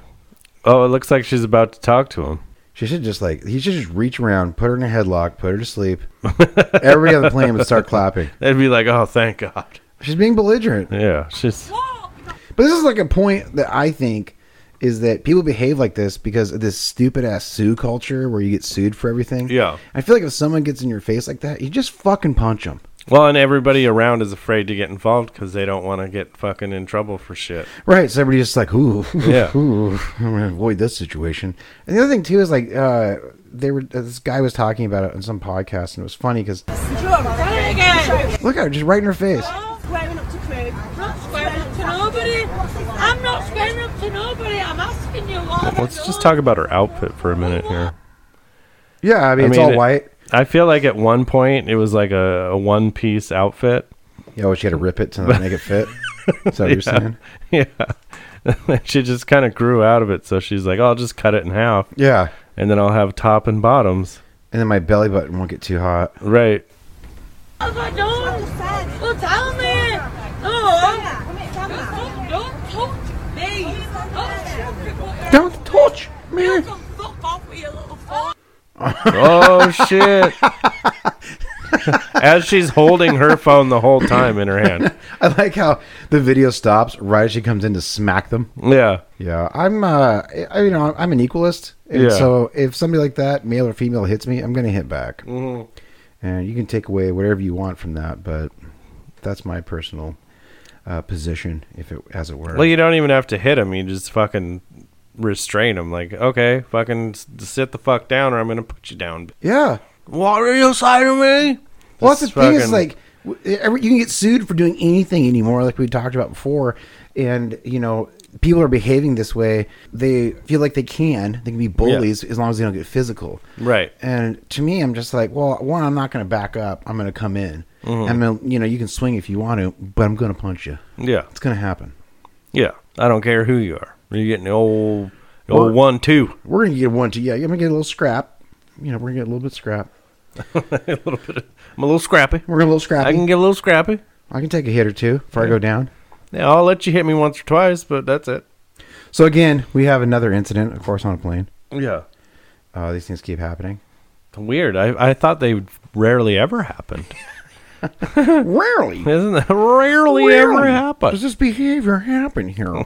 [SPEAKER 2] oh it looks like she's about to talk to him
[SPEAKER 1] She should just like he should just reach around, put her in a headlock, put her to sleep. Everybody on the plane would start clapping.
[SPEAKER 2] they'd be like oh thank god
[SPEAKER 1] She's being belligerent.
[SPEAKER 2] yeah she's
[SPEAKER 6] What?
[SPEAKER 1] But this is like a point that I think is that people behave like this because of this stupid ass sue culture where you get sued for everything.
[SPEAKER 2] Yeah.
[SPEAKER 1] I feel like if someone gets in your face like that, you just fucking punch them.
[SPEAKER 2] Well, and everybody around is afraid to get involved because they don't want to get fucking in trouble for shit.
[SPEAKER 1] Right. So everybody's just like, ooh,
[SPEAKER 2] Yeah.
[SPEAKER 1] ooh, I'm gonna avoid this situation. And the other thing too is like, uh, they were this guy was talking about it on some podcast, and it was funny because
[SPEAKER 6] Try it again.
[SPEAKER 1] look at her just right in her face.
[SPEAKER 6] Squaring up to Craig. I'm not squaring up to nobody. I'm not squaring up to nobody. I'm asking you what.
[SPEAKER 2] Let's just talk about her outfit for a minute here.
[SPEAKER 1] Yeah, I mean,
[SPEAKER 2] I
[SPEAKER 1] it's
[SPEAKER 2] mean,
[SPEAKER 1] all
[SPEAKER 2] it-
[SPEAKER 1] white.
[SPEAKER 2] I feel like at one point it was like a, a one piece outfit.
[SPEAKER 1] Yeah, well, she had to rip it to make it fit. Is that what you're saying?
[SPEAKER 2] Yeah. she just kind of grew out of it. So she's like, I'll just cut it in half
[SPEAKER 1] Yeah.
[SPEAKER 2] and then I'll have top and bottoms.
[SPEAKER 1] And then my belly button won't get too hot.
[SPEAKER 2] Right.
[SPEAKER 6] If I don't, well, tell me. No. Don't, don't touch me. Don't touch me. You can fuck off with your little fuck.
[SPEAKER 2] Oh, shit. As she's holding her phone the whole time in her hand.
[SPEAKER 1] I like how the video stops right as she comes in to smack them.
[SPEAKER 2] Yeah.
[SPEAKER 1] Yeah, I'm. Uh, I, you know, I'm an equalist. And
[SPEAKER 2] Yeah.
[SPEAKER 1] So if somebody like that, male or female, hits me, I'm gonna hit back.
[SPEAKER 2] Mm-hmm.
[SPEAKER 1] And you can take away whatever you want from that, but that's my personal uh, position, if it as it were.
[SPEAKER 2] Well, you don't even have to hit him. You just fucking restrain him. Like, okay, fucking s- sit the fuck down or I'm going to put you down.
[SPEAKER 1] yeah.
[SPEAKER 2] Why are you side of me?
[SPEAKER 1] Well, that's the
[SPEAKER 2] This
[SPEAKER 1] thing is
[SPEAKER 2] fucking-
[SPEAKER 1] like w- e, every- you can get sued for doing anything anymore, like we talked about before. And you know, people are behaving this way. They feel like they can. They can be bullies as long as they don't get physical.
[SPEAKER 2] Right.
[SPEAKER 1] And to me, I'm just like, well, one, I'm not going to back up. I'm going to come in.
[SPEAKER 2] Mm-hmm.
[SPEAKER 1] I'm gonna, you know, you can swing if you want to, but I'm going to punch you.
[SPEAKER 2] Yeah.
[SPEAKER 1] It's going to happen.
[SPEAKER 2] Yeah. I don't care who you are. You're getting the old, the old one, two.
[SPEAKER 1] We're going to get one to yeah. I'm going to get a little scrap. You know, we're going to get a little bit scrap.
[SPEAKER 2] I'm a little scrappy.
[SPEAKER 1] We're going to a little scrappy.
[SPEAKER 2] I can get a little scrappy.
[SPEAKER 1] take a hit or two before I go down.
[SPEAKER 2] Yeah, I'll let you hit me once or twice, but that's it.
[SPEAKER 1] So again, we have another incident, of course, on a plane.
[SPEAKER 2] Yeah.
[SPEAKER 1] Uh, these things keep happening.
[SPEAKER 2] Weird. I, I thought they rarely ever happened.
[SPEAKER 1] Rarely.
[SPEAKER 2] Isn't that rarely, ever
[SPEAKER 1] Does
[SPEAKER 2] happened?
[SPEAKER 1] this behavior happen here?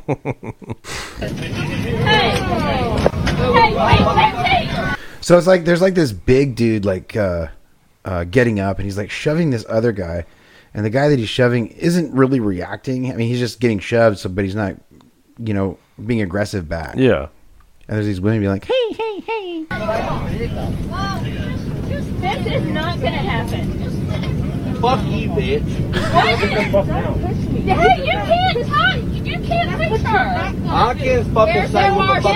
[SPEAKER 1] so it's like there's like this big dude like uh, uh, getting up and he's like shoving this other guy, and the guy that he's shoving isn't really reacting. I mean, he's just getting shoved, so but he's not, you know, being aggressive back.
[SPEAKER 2] Yeah.
[SPEAKER 1] And there's these women being like, "Hey, hey,
[SPEAKER 6] This is not gonna happen.
[SPEAKER 7] Hey, you can't touch. You can't reach her.
[SPEAKER 8] I can't fucking
[SPEAKER 7] Where's
[SPEAKER 8] say
[SPEAKER 7] your
[SPEAKER 8] what
[SPEAKER 7] marshal?
[SPEAKER 8] the fuck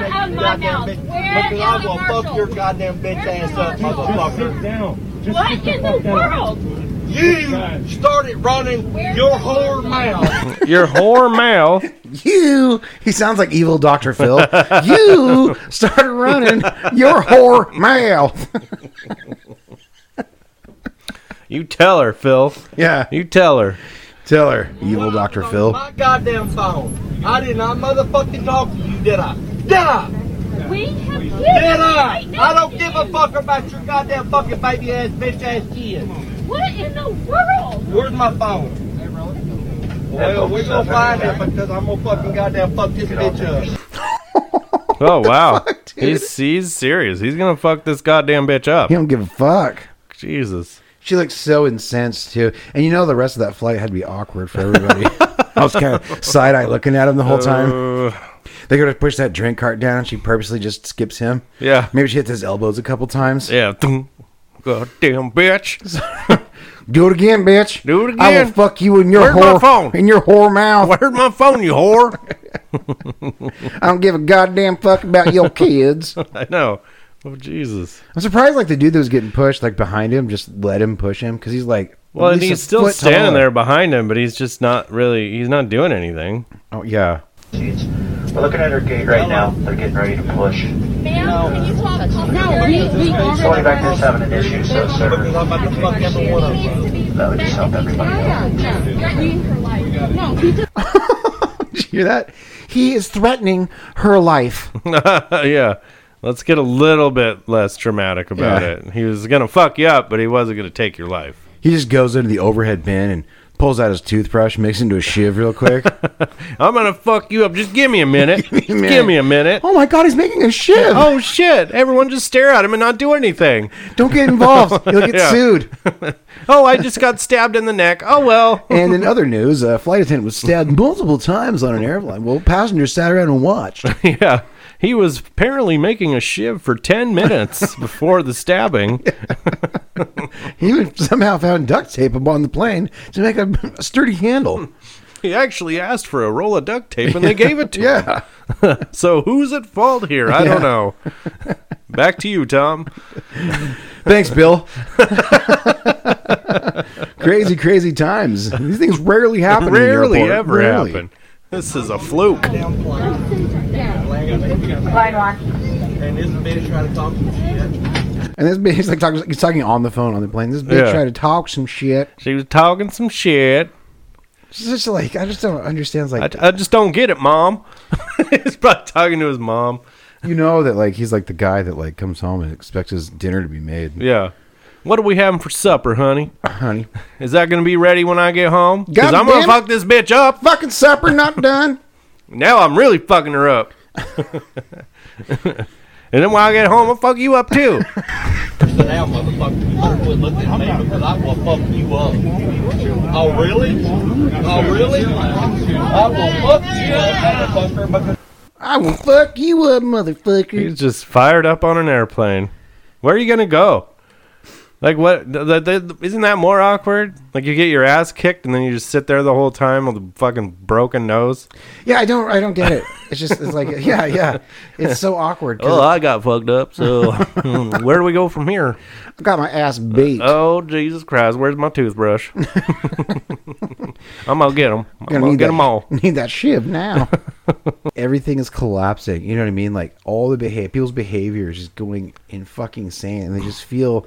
[SPEAKER 7] Get
[SPEAKER 8] want,
[SPEAKER 7] out of
[SPEAKER 8] you
[SPEAKER 7] my
[SPEAKER 8] goddamn
[SPEAKER 7] mouth.
[SPEAKER 8] bitch.
[SPEAKER 7] Where's
[SPEAKER 8] Because I
[SPEAKER 7] your
[SPEAKER 8] will fuck
[SPEAKER 7] marshal?
[SPEAKER 8] your goddamn bitch
[SPEAKER 7] Where's
[SPEAKER 8] ass
[SPEAKER 7] your
[SPEAKER 8] up,
[SPEAKER 7] marshal?
[SPEAKER 8] motherfucker.
[SPEAKER 7] What in the world?
[SPEAKER 8] You started running
[SPEAKER 7] Where's
[SPEAKER 8] your
[SPEAKER 7] your
[SPEAKER 8] whore mouth.
[SPEAKER 2] Your whore mouth.
[SPEAKER 1] hey, you!" He sounds like evil Doctor Phil. you started running your whore mouth.
[SPEAKER 2] You tell her, Phil.
[SPEAKER 1] yeah,
[SPEAKER 2] You tell her.
[SPEAKER 1] tell her, evil Doctor Phil.
[SPEAKER 8] My goddamn phone. I did not motherfucking talk to you, did I? Did I?
[SPEAKER 7] We have kids.
[SPEAKER 8] Did I?
[SPEAKER 7] right next
[SPEAKER 8] I don't
[SPEAKER 7] to
[SPEAKER 8] give a
[SPEAKER 7] you.
[SPEAKER 8] fuck about your goddamn fucking baby ass bitch ass kid.
[SPEAKER 7] What in the world?
[SPEAKER 8] Where's my phone? Well, we're gonna find it because I'm gonna fucking goddamn fuck this bitch up.
[SPEAKER 2] Oh, wow. he's, he's serious. He's going to fuck this goddamn bitch up.
[SPEAKER 1] He don't give a fuck.
[SPEAKER 2] Jesus.
[SPEAKER 1] She looked so incensed too, and you know the rest of that flight had to be awkward for everybody. I was kind of side eye looking at him the whole time.
[SPEAKER 2] Uh,
[SPEAKER 1] They go to push that drink cart down, and she purposely just skips him.
[SPEAKER 2] yeah.
[SPEAKER 1] Maybe she hits his elbows a couple times.
[SPEAKER 2] Yeah. Goddamn bitch.
[SPEAKER 1] Do it again, bitch.
[SPEAKER 2] Do it
[SPEAKER 1] I will
[SPEAKER 2] again.
[SPEAKER 1] fuck you in your
[SPEAKER 2] Where's my
[SPEAKER 1] whore
[SPEAKER 2] phone?
[SPEAKER 1] in your whore mouth.
[SPEAKER 2] Where's my phone, you whore?
[SPEAKER 1] I don't give a goddamn fuck about your kids.
[SPEAKER 2] I know. Oh, Jesus.
[SPEAKER 1] I'm surprised, like the dude that was getting pushed, like behind him, just let him push him because he's like,
[SPEAKER 2] Well,
[SPEAKER 1] at
[SPEAKER 2] and
[SPEAKER 1] least
[SPEAKER 2] he's
[SPEAKER 1] a
[SPEAKER 2] still
[SPEAKER 1] foot
[SPEAKER 2] standing
[SPEAKER 1] taller.
[SPEAKER 2] there behind him, but he's just not really, he's not doing anything.
[SPEAKER 1] Oh yeah,
[SPEAKER 9] We're looking at her gate right now. They're getting ready to push.
[SPEAKER 7] Ma'am, can you talk? No,
[SPEAKER 9] Somebody back there's having an issue, so
[SPEAKER 8] Because
[SPEAKER 9] sir,
[SPEAKER 8] I'm about to fuck every one of them.
[SPEAKER 9] that would just help everybody out.
[SPEAKER 1] Did you hear that? He is threatening her life.
[SPEAKER 2] yeah. Let's get a little bit less dramatic about
[SPEAKER 1] Yeah.
[SPEAKER 2] it. He was going to fuck you up, but he wasn't going to take your life.
[SPEAKER 1] he just goes into the overhead bin and pulls out his toothbrush, makes it into a shiv real quick.
[SPEAKER 2] I'm gonna fuck you up. Just give me a minute. give, me
[SPEAKER 1] a minute.
[SPEAKER 2] a minute.
[SPEAKER 1] oh my god, he's making a shiv!
[SPEAKER 2] Oh shit! Everyone just stare at him and not do anything.
[SPEAKER 1] Don't get involved. You'll get
[SPEAKER 2] Yeah.
[SPEAKER 1] sued.
[SPEAKER 2] Oh, I just got stabbed in the neck. Oh well.
[SPEAKER 1] And in other news, a flight attendant was stabbed multiple times on an airline. Well, passengers sat around and watched.
[SPEAKER 2] yeah. He was apparently making a shiv for 10 minutes before the stabbing.
[SPEAKER 1] He even somehow found duct tape upon the plane to make a, a sturdy handle.
[SPEAKER 2] He actually asked for a roll of duct tape and they gave it to him.
[SPEAKER 1] Yeah.
[SPEAKER 2] So who's at fault here? I don't know. Back to you, Tom.
[SPEAKER 1] Thanks, Bill. crazy, crazy times. These things rarely happen. in the
[SPEAKER 2] Rarely
[SPEAKER 1] airport.
[SPEAKER 2] ever
[SPEAKER 1] Rarely.
[SPEAKER 2] happen. This is a fluke.
[SPEAKER 8] Line one. And this bitch trying to talk to me. Yeah.
[SPEAKER 1] And this bitch like talking, he's talking on the phone on the plane. This bitch
[SPEAKER 2] Yeah.
[SPEAKER 1] tried to talk some shit.
[SPEAKER 2] She was talking some shit.
[SPEAKER 1] She's just like I just don't understand. It's
[SPEAKER 2] I,
[SPEAKER 1] Like
[SPEAKER 2] I just don't get it, Mom. He's probably talking to his mom.
[SPEAKER 1] you know that like he's like the guy that like comes home and expects his dinner to be made.
[SPEAKER 2] Yeah. What are we having for supper, honey?
[SPEAKER 1] Honey,
[SPEAKER 2] Is that going to be ready when I get home? Because
[SPEAKER 1] God
[SPEAKER 2] I'm going to
[SPEAKER 1] damn it.
[SPEAKER 2] fuck this bitch up.
[SPEAKER 1] fucking supper not done.
[SPEAKER 2] Now I'm really fucking her up. and then when I get home, I'll fuck you up too.
[SPEAKER 8] Sit down, motherfucker. You should've looked at me because I will fuck you up. Oh, really? Oh, really? I will fuck you up, motherfucker. Because
[SPEAKER 1] I will fuck you up, motherfucker.
[SPEAKER 2] He's just fired up on an airplane. Where are you gonna go? Like what? th th th- isn't that more awkward? Like you get your ass kicked and then you just sit there the whole time with a fucking broken nose.
[SPEAKER 1] Yeah, I don't, I don't get it. It's just, it's like, yeah, yeah. It's so awkward. 'cause
[SPEAKER 2] Oh, I got fucked up. So where do we go from here?
[SPEAKER 1] I got my ass beat.
[SPEAKER 2] Oh Jesus Christ! Where's my toothbrush? I'm gonna get
[SPEAKER 1] Gonna
[SPEAKER 2] them. I'm gonna
[SPEAKER 1] need
[SPEAKER 2] get
[SPEAKER 1] that-
[SPEAKER 2] them all.
[SPEAKER 1] Need that shiv now. Everything is collapsing. You know what I mean? Like all the behavior, people's behavior is just going in fucking sand, and they just feel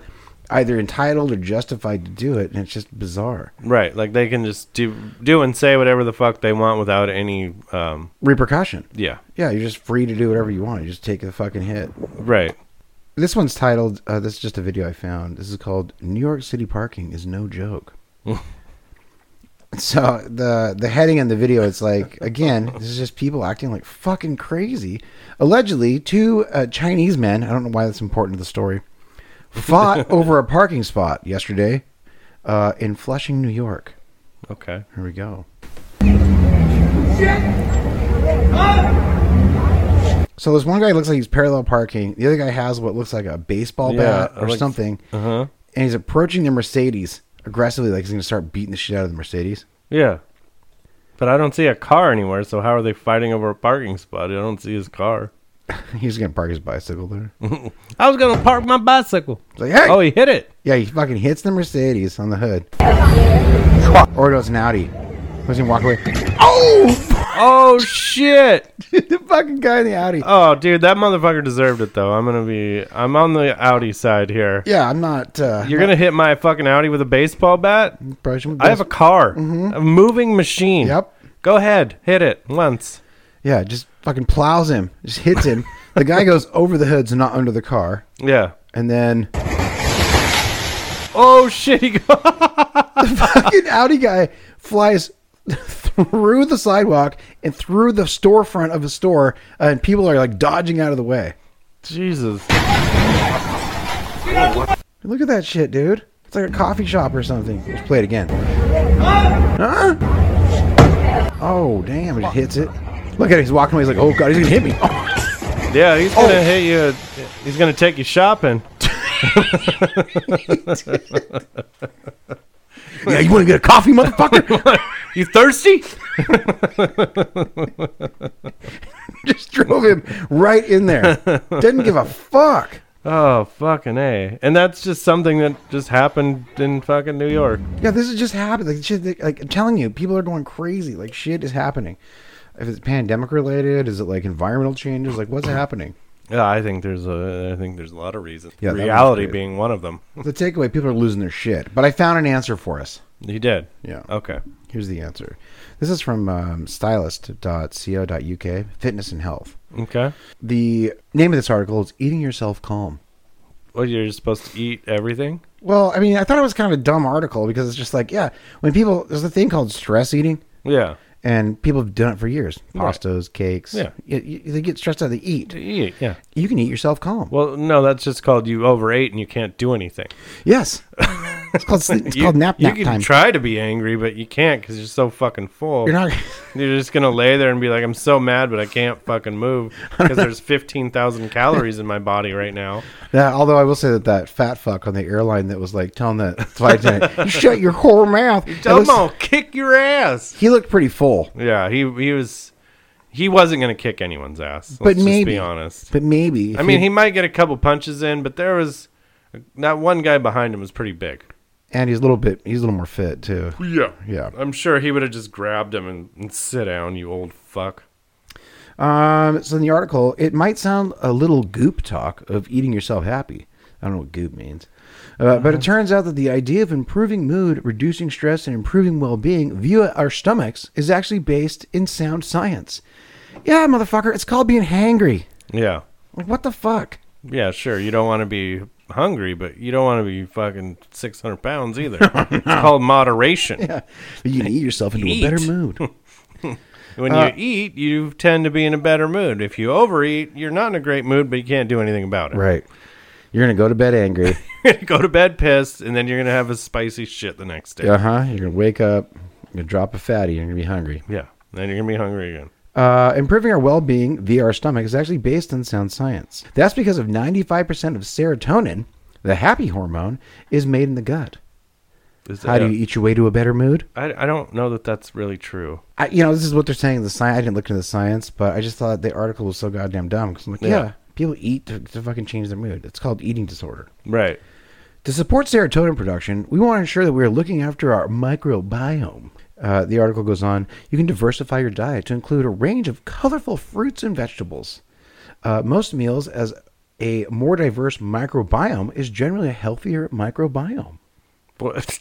[SPEAKER 1] either entitled or justified to do it, and it's just bizarre.
[SPEAKER 2] Right? Like they can just do do and say whatever the fuck they want without any. Um,
[SPEAKER 1] Repercussion.
[SPEAKER 2] yeah.
[SPEAKER 1] Yeah, you're just free to do whatever you want. You just take the fucking hit.
[SPEAKER 2] Right.
[SPEAKER 1] This one's titled. Uh, this is just a video I found. This is called "New York City Parking is No Joke." so the the heading on the video, it's like again, this is just people acting like fucking crazy. Allegedly, two uh, Chinese men. I don't know why that's important to the story. Fought over a parking spot yesterday uh, in Flushing, New York.
[SPEAKER 2] Okay.
[SPEAKER 1] Here we go. So this one guy looks like he's parallel parking. The other guy has what looks like a baseball
[SPEAKER 2] Yeah,
[SPEAKER 1] bat or
[SPEAKER 2] like-
[SPEAKER 1] something,
[SPEAKER 2] Uh huh.
[SPEAKER 1] and he's approaching the Mercedes aggressively, like he's gonna start beating the shit out of the Mercedes.
[SPEAKER 2] Yeah. But I don't see a car anywhere, so how are they fighting over a parking spot? I don't see his car.
[SPEAKER 1] He's gonna park his bicycle there.
[SPEAKER 2] I was gonna park my bicycle.
[SPEAKER 1] It's like, hey,
[SPEAKER 2] Oh, he hit it.
[SPEAKER 1] yeah, he fucking hits the Mercedes on the hood. Or no, it's an Audi. Let's him walk away.
[SPEAKER 2] Oh shit.
[SPEAKER 1] the fucking guy in the Audi.
[SPEAKER 2] Oh, dude, that motherfucker deserved it though. I'm gonna be. I'm on the Audi side here.
[SPEAKER 1] Yeah, I'm not. Uh,
[SPEAKER 2] You're gonna hit my fucking Audi with a baseball bat.
[SPEAKER 1] approaching.
[SPEAKER 2] I have a car, a moving machine.
[SPEAKER 1] Mm-hmm. Yep.
[SPEAKER 2] Go ahead, hit it once.
[SPEAKER 1] Yeah, just fucking plows him, just hits him. the guy goes over the hood, so not under the car,
[SPEAKER 2] Yeah.
[SPEAKER 1] and then
[SPEAKER 2] Oh shit. He go-
[SPEAKER 1] fucking Audi guy flies through the sidewalk and through the storefront of a store, uh, and people are like dodging out of the way.
[SPEAKER 2] Jesus.
[SPEAKER 1] Look at that shit, dude. It's like a coffee shop or something. Let's play it again. Huh? Oh damn! It just hits it. Look at it. He's walking away. He's like, "Oh god, he's gonna hit me."
[SPEAKER 2] Yeah,
[SPEAKER 1] Oh.
[SPEAKER 2] he's gonna hit you. He's gonna take you shopping.
[SPEAKER 1] yeah, you want to get a coffee, motherfucker?
[SPEAKER 2] You thirsty?
[SPEAKER 1] just drove him right in there. Didn't give a fuck.
[SPEAKER 2] Oh fucking a! And that's just something that just happened in fucking New York.
[SPEAKER 1] Yeah, this is just happening. Like, shit, like I'm telling you, people are going crazy. Like shit is happening. If it's pandemic related, is it like environmental changes? Like what's happening?
[SPEAKER 2] Yeah, I think there's a I think there's a lot of reasons.
[SPEAKER 1] Yeah, that one's
[SPEAKER 2] Reality
[SPEAKER 1] great.
[SPEAKER 2] being one of them.
[SPEAKER 1] The takeaway: people are losing their shit. But I found an answer for us.
[SPEAKER 2] He did.
[SPEAKER 1] Yeah.
[SPEAKER 2] Okay.
[SPEAKER 1] Here's the answer. This is from um, stylist.co.uk, fitness and health.
[SPEAKER 2] Okay.
[SPEAKER 1] The name of this article is "Eating Yourself Calm."
[SPEAKER 2] Well, you're supposed to eat everything.
[SPEAKER 1] Well, I mean, I thought it was kind of a dumb article because it's just like, yeah, when people there's a thing called stress eating,
[SPEAKER 2] Yeah.
[SPEAKER 1] and people have done it for years. Pastas, cakes.
[SPEAKER 2] Yeah.
[SPEAKER 1] Y- y- they get stressed out. They eat.
[SPEAKER 2] To eat. Yeah.
[SPEAKER 1] You can eat yourself calm.
[SPEAKER 2] Well, no, that's just called you overate and you can't do anything.
[SPEAKER 1] yes. It's called sleep- it's
[SPEAKER 2] you,
[SPEAKER 1] called nap
[SPEAKER 2] you
[SPEAKER 1] nap
[SPEAKER 2] can
[SPEAKER 1] time.
[SPEAKER 2] try to be angry, but you can't because you're so fucking full.
[SPEAKER 1] You're not.
[SPEAKER 2] You're just gonna lay there and be like, "I'm so mad, but I can't fucking move because there's fifteen thousand calories in my body right now."
[SPEAKER 1] Yeah, although I will say that that fat fuck on the airline that was like telling that flight attendant, "You shut your whore mouth." It
[SPEAKER 2] Come
[SPEAKER 1] looks-
[SPEAKER 2] on, kick your ass.
[SPEAKER 1] He looked pretty full,
[SPEAKER 2] Yeah, he he was he wasn't gonna kick anyone's ass. Let's
[SPEAKER 1] But
[SPEAKER 2] just
[SPEAKER 1] maybe.
[SPEAKER 2] be honest.
[SPEAKER 1] but maybe. if
[SPEAKER 2] I mean, he might get a couple punches in, but there was that one guy behind him was pretty big.
[SPEAKER 1] and he's a little bit. He's a little more fit too.
[SPEAKER 2] Yeah,
[SPEAKER 1] Yeah.
[SPEAKER 2] I'm sure he would have just grabbed him and, and sit down, you old fuck.
[SPEAKER 1] Um, so in the article, it might sound a little goop talk of eating yourself happy. I don't know what goop means. Uh, but it turns out that the idea of improving mood, reducing stress, and improving well being via our stomachs is actually based in sound science. Yeah, motherfucker, it's called being hangry.
[SPEAKER 2] Yeah,
[SPEAKER 1] Like, what the fuck?
[SPEAKER 2] yeah, sure. You don't want to be hungry, but you don't want to be fucking 600 pounds either. It's called moderation.
[SPEAKER 1] But you can eat yourself into
[SPEAKER 2] Eat.
[SPEAKER 1] a better mood.
[SPEAKER 2] When you eat, you tend to be in a better mood. If you overeat, you're not in a great mood, but you can't do anything about it.
[SPEAKER 1] right. You're going to go to bed angry.
[SPEAKER 2] You're gonna go to bed pissed, and then you're gonna have a spicy shit the next day.
[SPEAKER 1] uh huh. You're going to wake up, you're going to drop a fatty, you're going to be hungry.
[SPEAKER 2] yeah. Then you're gonna be hungry again.
[SPEAKER 1] Uh, improving our well-being via our stomach is actually based on sound science. That's because of 95% of serotonin, the happy hormone, is made in the gut.
[SPEAKER 2] Is
[SPEAKER 1] How do
[SPEAKER 2] that-
[SPEAKER 1] you eat your way to a better mood?
[SPEAKER 2] I, I don't know that that's really true.
[SPEAKER 1] I, you know, this is what they're saying. in The science. I didn't look into the science, but I just thought the article was so goddamn dumb. 'cause I'm like, yeah.
[SPEAKER 2] Yeah.
[SPEAKER 1] people eat to, to fucking change their mood. It's called eating disorder.
[SPEAKER 2] Right.
[SPEAKER 1] To support serotonin production, we want to ensure that we are looking after our microbiome. Uh, the article goes on you can diversify your diet to include a range of colorful fruits and vegetables. Uh, most meals, as a more diverse microbiome, is generally a healthier microbiome.
[SPEAKER 2] But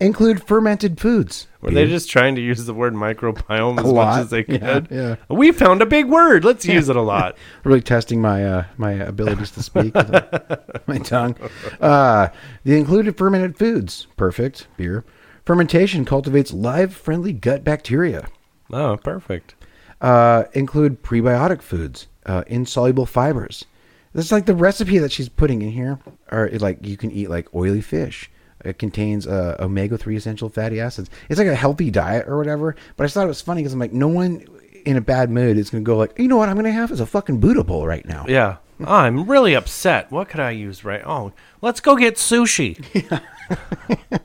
[SPEAKER 1] Include fermented foods.
[SPEAKER 2] were they
[SPEAKER 1] Beer.
[SPEAKER 2] just trying to use the word microbiome as much
[SPEAKER 1] lot.
[SPEAKER 2] as they
[SPEAKER 1] Yeah,
[SPEAKER 2] could?
[SPEAKER 1] yeah.
[SPEAKER 2] We found a big word. Let's use it a lot.
[SPEAKER 1] really testing my uh, my abilities to speak, my tongue. Uh, the included fermented foods. Perfect. Beer. Fermentation cultivates live, friendly gut bacteria.
[SPEAKER 2] Oh, perfect.
[SPEAKER 1] uh, include prebiotic foods, uh, insoluble fibers. This is like the recipe that she's putting in here. Or it, like you can eat like oily fish. It contains uh, omega three essential fatty acids. It's like a healthy diet or whatever. But I just thought it was funny because I'm like, no one in a bad mood is gonna go like, you know what I'm gonna have is a fucking Buddha bowl right now.
[SPEAKER 2] Yeah. Ah, I'm really upset. What could I use right? Oh, let's go get sushi.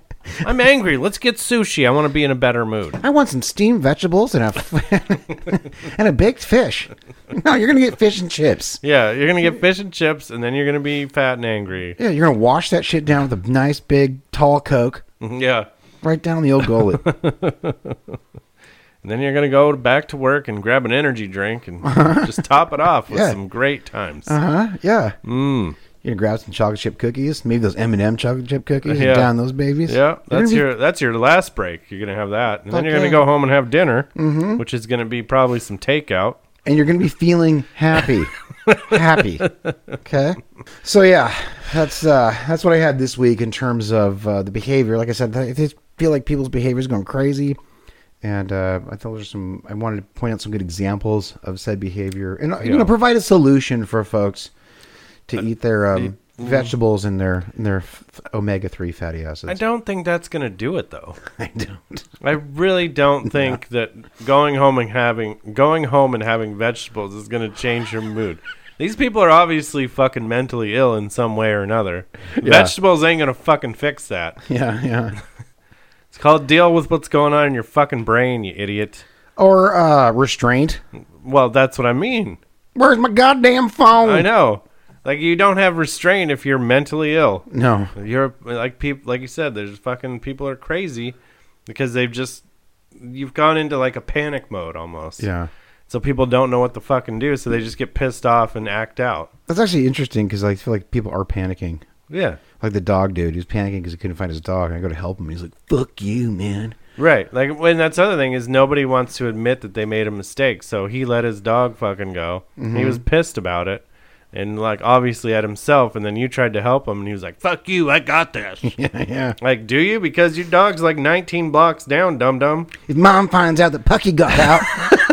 [SPEAKER 2] I'm angry. Let's get sushi. I want to be in a better mood.
[SPEAKER 1] I want some steamed vegetables and a and a baked fish. No, you're gonna get fish and chips.
[SPEAKER 2] Yeah, you're gonna get fish and chips, and then you're gonna be fat and angry.
[SPEAKER 1] Yeah, you're gonna wash that shit down with a nice big tall Coke
[SPEAKER 2] Yeah,
[SPEAKER 1] right down the old gullet.
[SPEAKER 2] and then you're gonna go back to work and grab an energy drink and just top it off with
[SPEAKER 1] Yeah.
[SPEAKER 2] some great times.
[SPEAKER 1] Uh huh. Yeah. Mm. You're gonna grab some chocolate chip cookies, maybe those M and m chocolate chip cookies,
[SPEAKER 2] Yeah.
[SPEAKER 1] and down those babies.
[SPEAKER 2] Yeah,
[SPEAKER 1] You're
[SPEAKER 2] that's
[SPEAKER 1] gonna be-
[SPEAKER 2] your that's your last break. You're gonna have that, and then you're gonna
[SPEAKER 1] Okay. Mm-hmm.
[SPEAKER 2] go home and have dinner, which is gonna be probably some takeout.
[SPEAKER 1] and you're gonna be feeling happy, happy. Okay. So yeah, that's uh that's what I had this week in terms of uh, the behavior. Like I said, I just feel like people's behavior is going crazy. And uh, I thought there's some. I wanted to point out some good examples of said behavior, and uh you
[SPEAKER 2] Yeah.
[SPEAKER 1] know, provide a solution for folks to eat their um, vegetables and their and their f- omega three fatty acids.
[SPEAKER 2] I don't think that's gonna do it though.
[SPEAKER 1] I don't.
[SPEAKER 2] I really don't think that going home and having going home and having vegetables is going to change your mood. These people are obviously fucking mentally ill in some way or another. Vegetables ain't going to fucking fix that.
[SPEAKER 1] Yeah, yeah.
[SPEAKER 2] It's called deal with what's going on in your fucking brain, you idiot.
[SPEAKER 1] Or uh, restraint.
[SPEAKER 2] Well, that's what I mean.
[SPEAKER 1] Where's my goddamn phone?
[SPEAKER 2] I know. Like you don't have restraint if you're mentally ill.
[SPEAKER 1] No.
[SPEAKER 2] You're like people like you said there's fucking people are crazy because they've just you've gone into like a panic mode almost.
[SPEAKER 1] Yeah.
[SPEAKER 2] so people don't know what to fucking do, so they just get pissed off and act out.
[SPEAKER 1] That's actually interesting because I feel like people are panicking.
[SPEAKER 2] Yeah,
[SPEAKER 1] Like the dog dude, he's panicking because he couldn't find his dog. And I go to help him. He's like, "Fuck you, man."
[SPEAKER 2] right. Like when that's the other thing is nobody wants
[SPEAKER 1] Mm-hmm.
[SPEAKER 2] to admit that they made a mistake, so he let his dog fucking go. He was pissed about it, and like obviously at himself. And then you tried to help him, and he was like, "Fuck you, I got this."
[SPEAKER 1] Yeah, yeah.
[SPEAKER 2] like, do you? Because your dog's like 19 blocks down, dum dum.
[SPEAKER 1] If mom finds out that Pucky got out,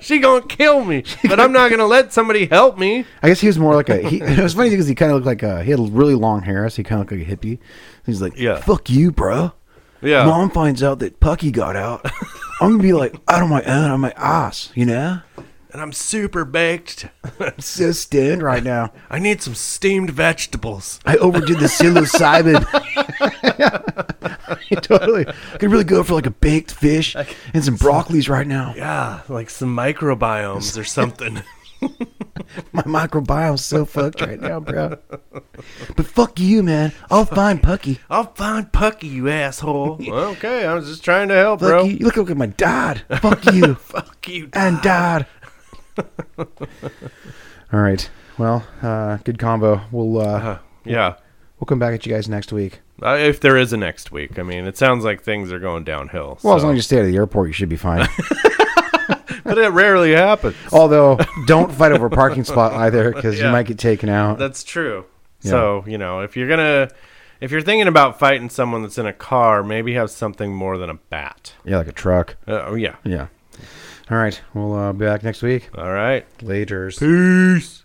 [SPEAKER 2] She gonna kill me, but I'm not gonna let somebody help me.
[SPEAKER 1] I guess he was more like a. He, it was funny because he kind of looked like a. He had really long hair, so he kind of looked like a hippie. He's like,
[SPEAKER 2] Yeah.
[SPEAKER 1] fuck you, bro.
[SPEAKER 2] Yeah.
[SPEAKER 1] Mom finds out that Pucky got out. I'm gonna be like out of my own, on my ass, you know.
[SPEAKER 2] And I'm super baked.
[SPEAKER 1] So stand right now.
[SPEAKER 2] I need some steamed vegetables.
[SPEAKER 1] I overdid the psilocybin. totally. I could really go for like a baked fish and some broccolis right now.
[SPEAKER 2] Yeah, like some microbiomes or something.
[SPEAKER 1] My microbiome's so fucked right now, bro. But fuck you, man. I'll find Pucky.
[SPEAKER 2] I'll find Pucky, you asshole. okay, I was just trying to help,
[SPEAKER 1] Fuck
[SPEAKER 2] bro.
[SPEAKER 1] you. You look like my dad. Fuck you.
[SPEAKER 2] Fuck you.
[SPEAKER 1] and dad. All right. Well, uh, good combo. We'll uh,
[SPEAKER 2] Yeah.
[SPEAKER 1] we'll come back at you guys next week.
[SPEAKER 2] Uh, if there is a next week, I mean, it sounds like things are going downhill.
[SPEAKER 1] Well, as
[SPEAKER 2] so-
[SPEAKER 1] long as you stay at the airport, you should be fine.
[SPEAKER 2] but it rarely happens.
[SPEAKER 1] Although, don't fight over a parking spot either, because you
[SPEAKER 2] Yeah.
[SPEAKER 1] might get taken out.
[SPEAKER 2] That's true. So you know, if you're gonna, if you're thinking about fighting someone that's in a car, maybe have something more than a bat.
[SPEAKER 1] yeah, like a truck.
[SPEAKER 2] Uh, oh yeah.
[SPEAKER 1] Yeah. All right. We'll uh, be back next week.
[SPEAKER 2] All right.
[SPEAKER 1] Later's.
[SPEAKER 2] Peace.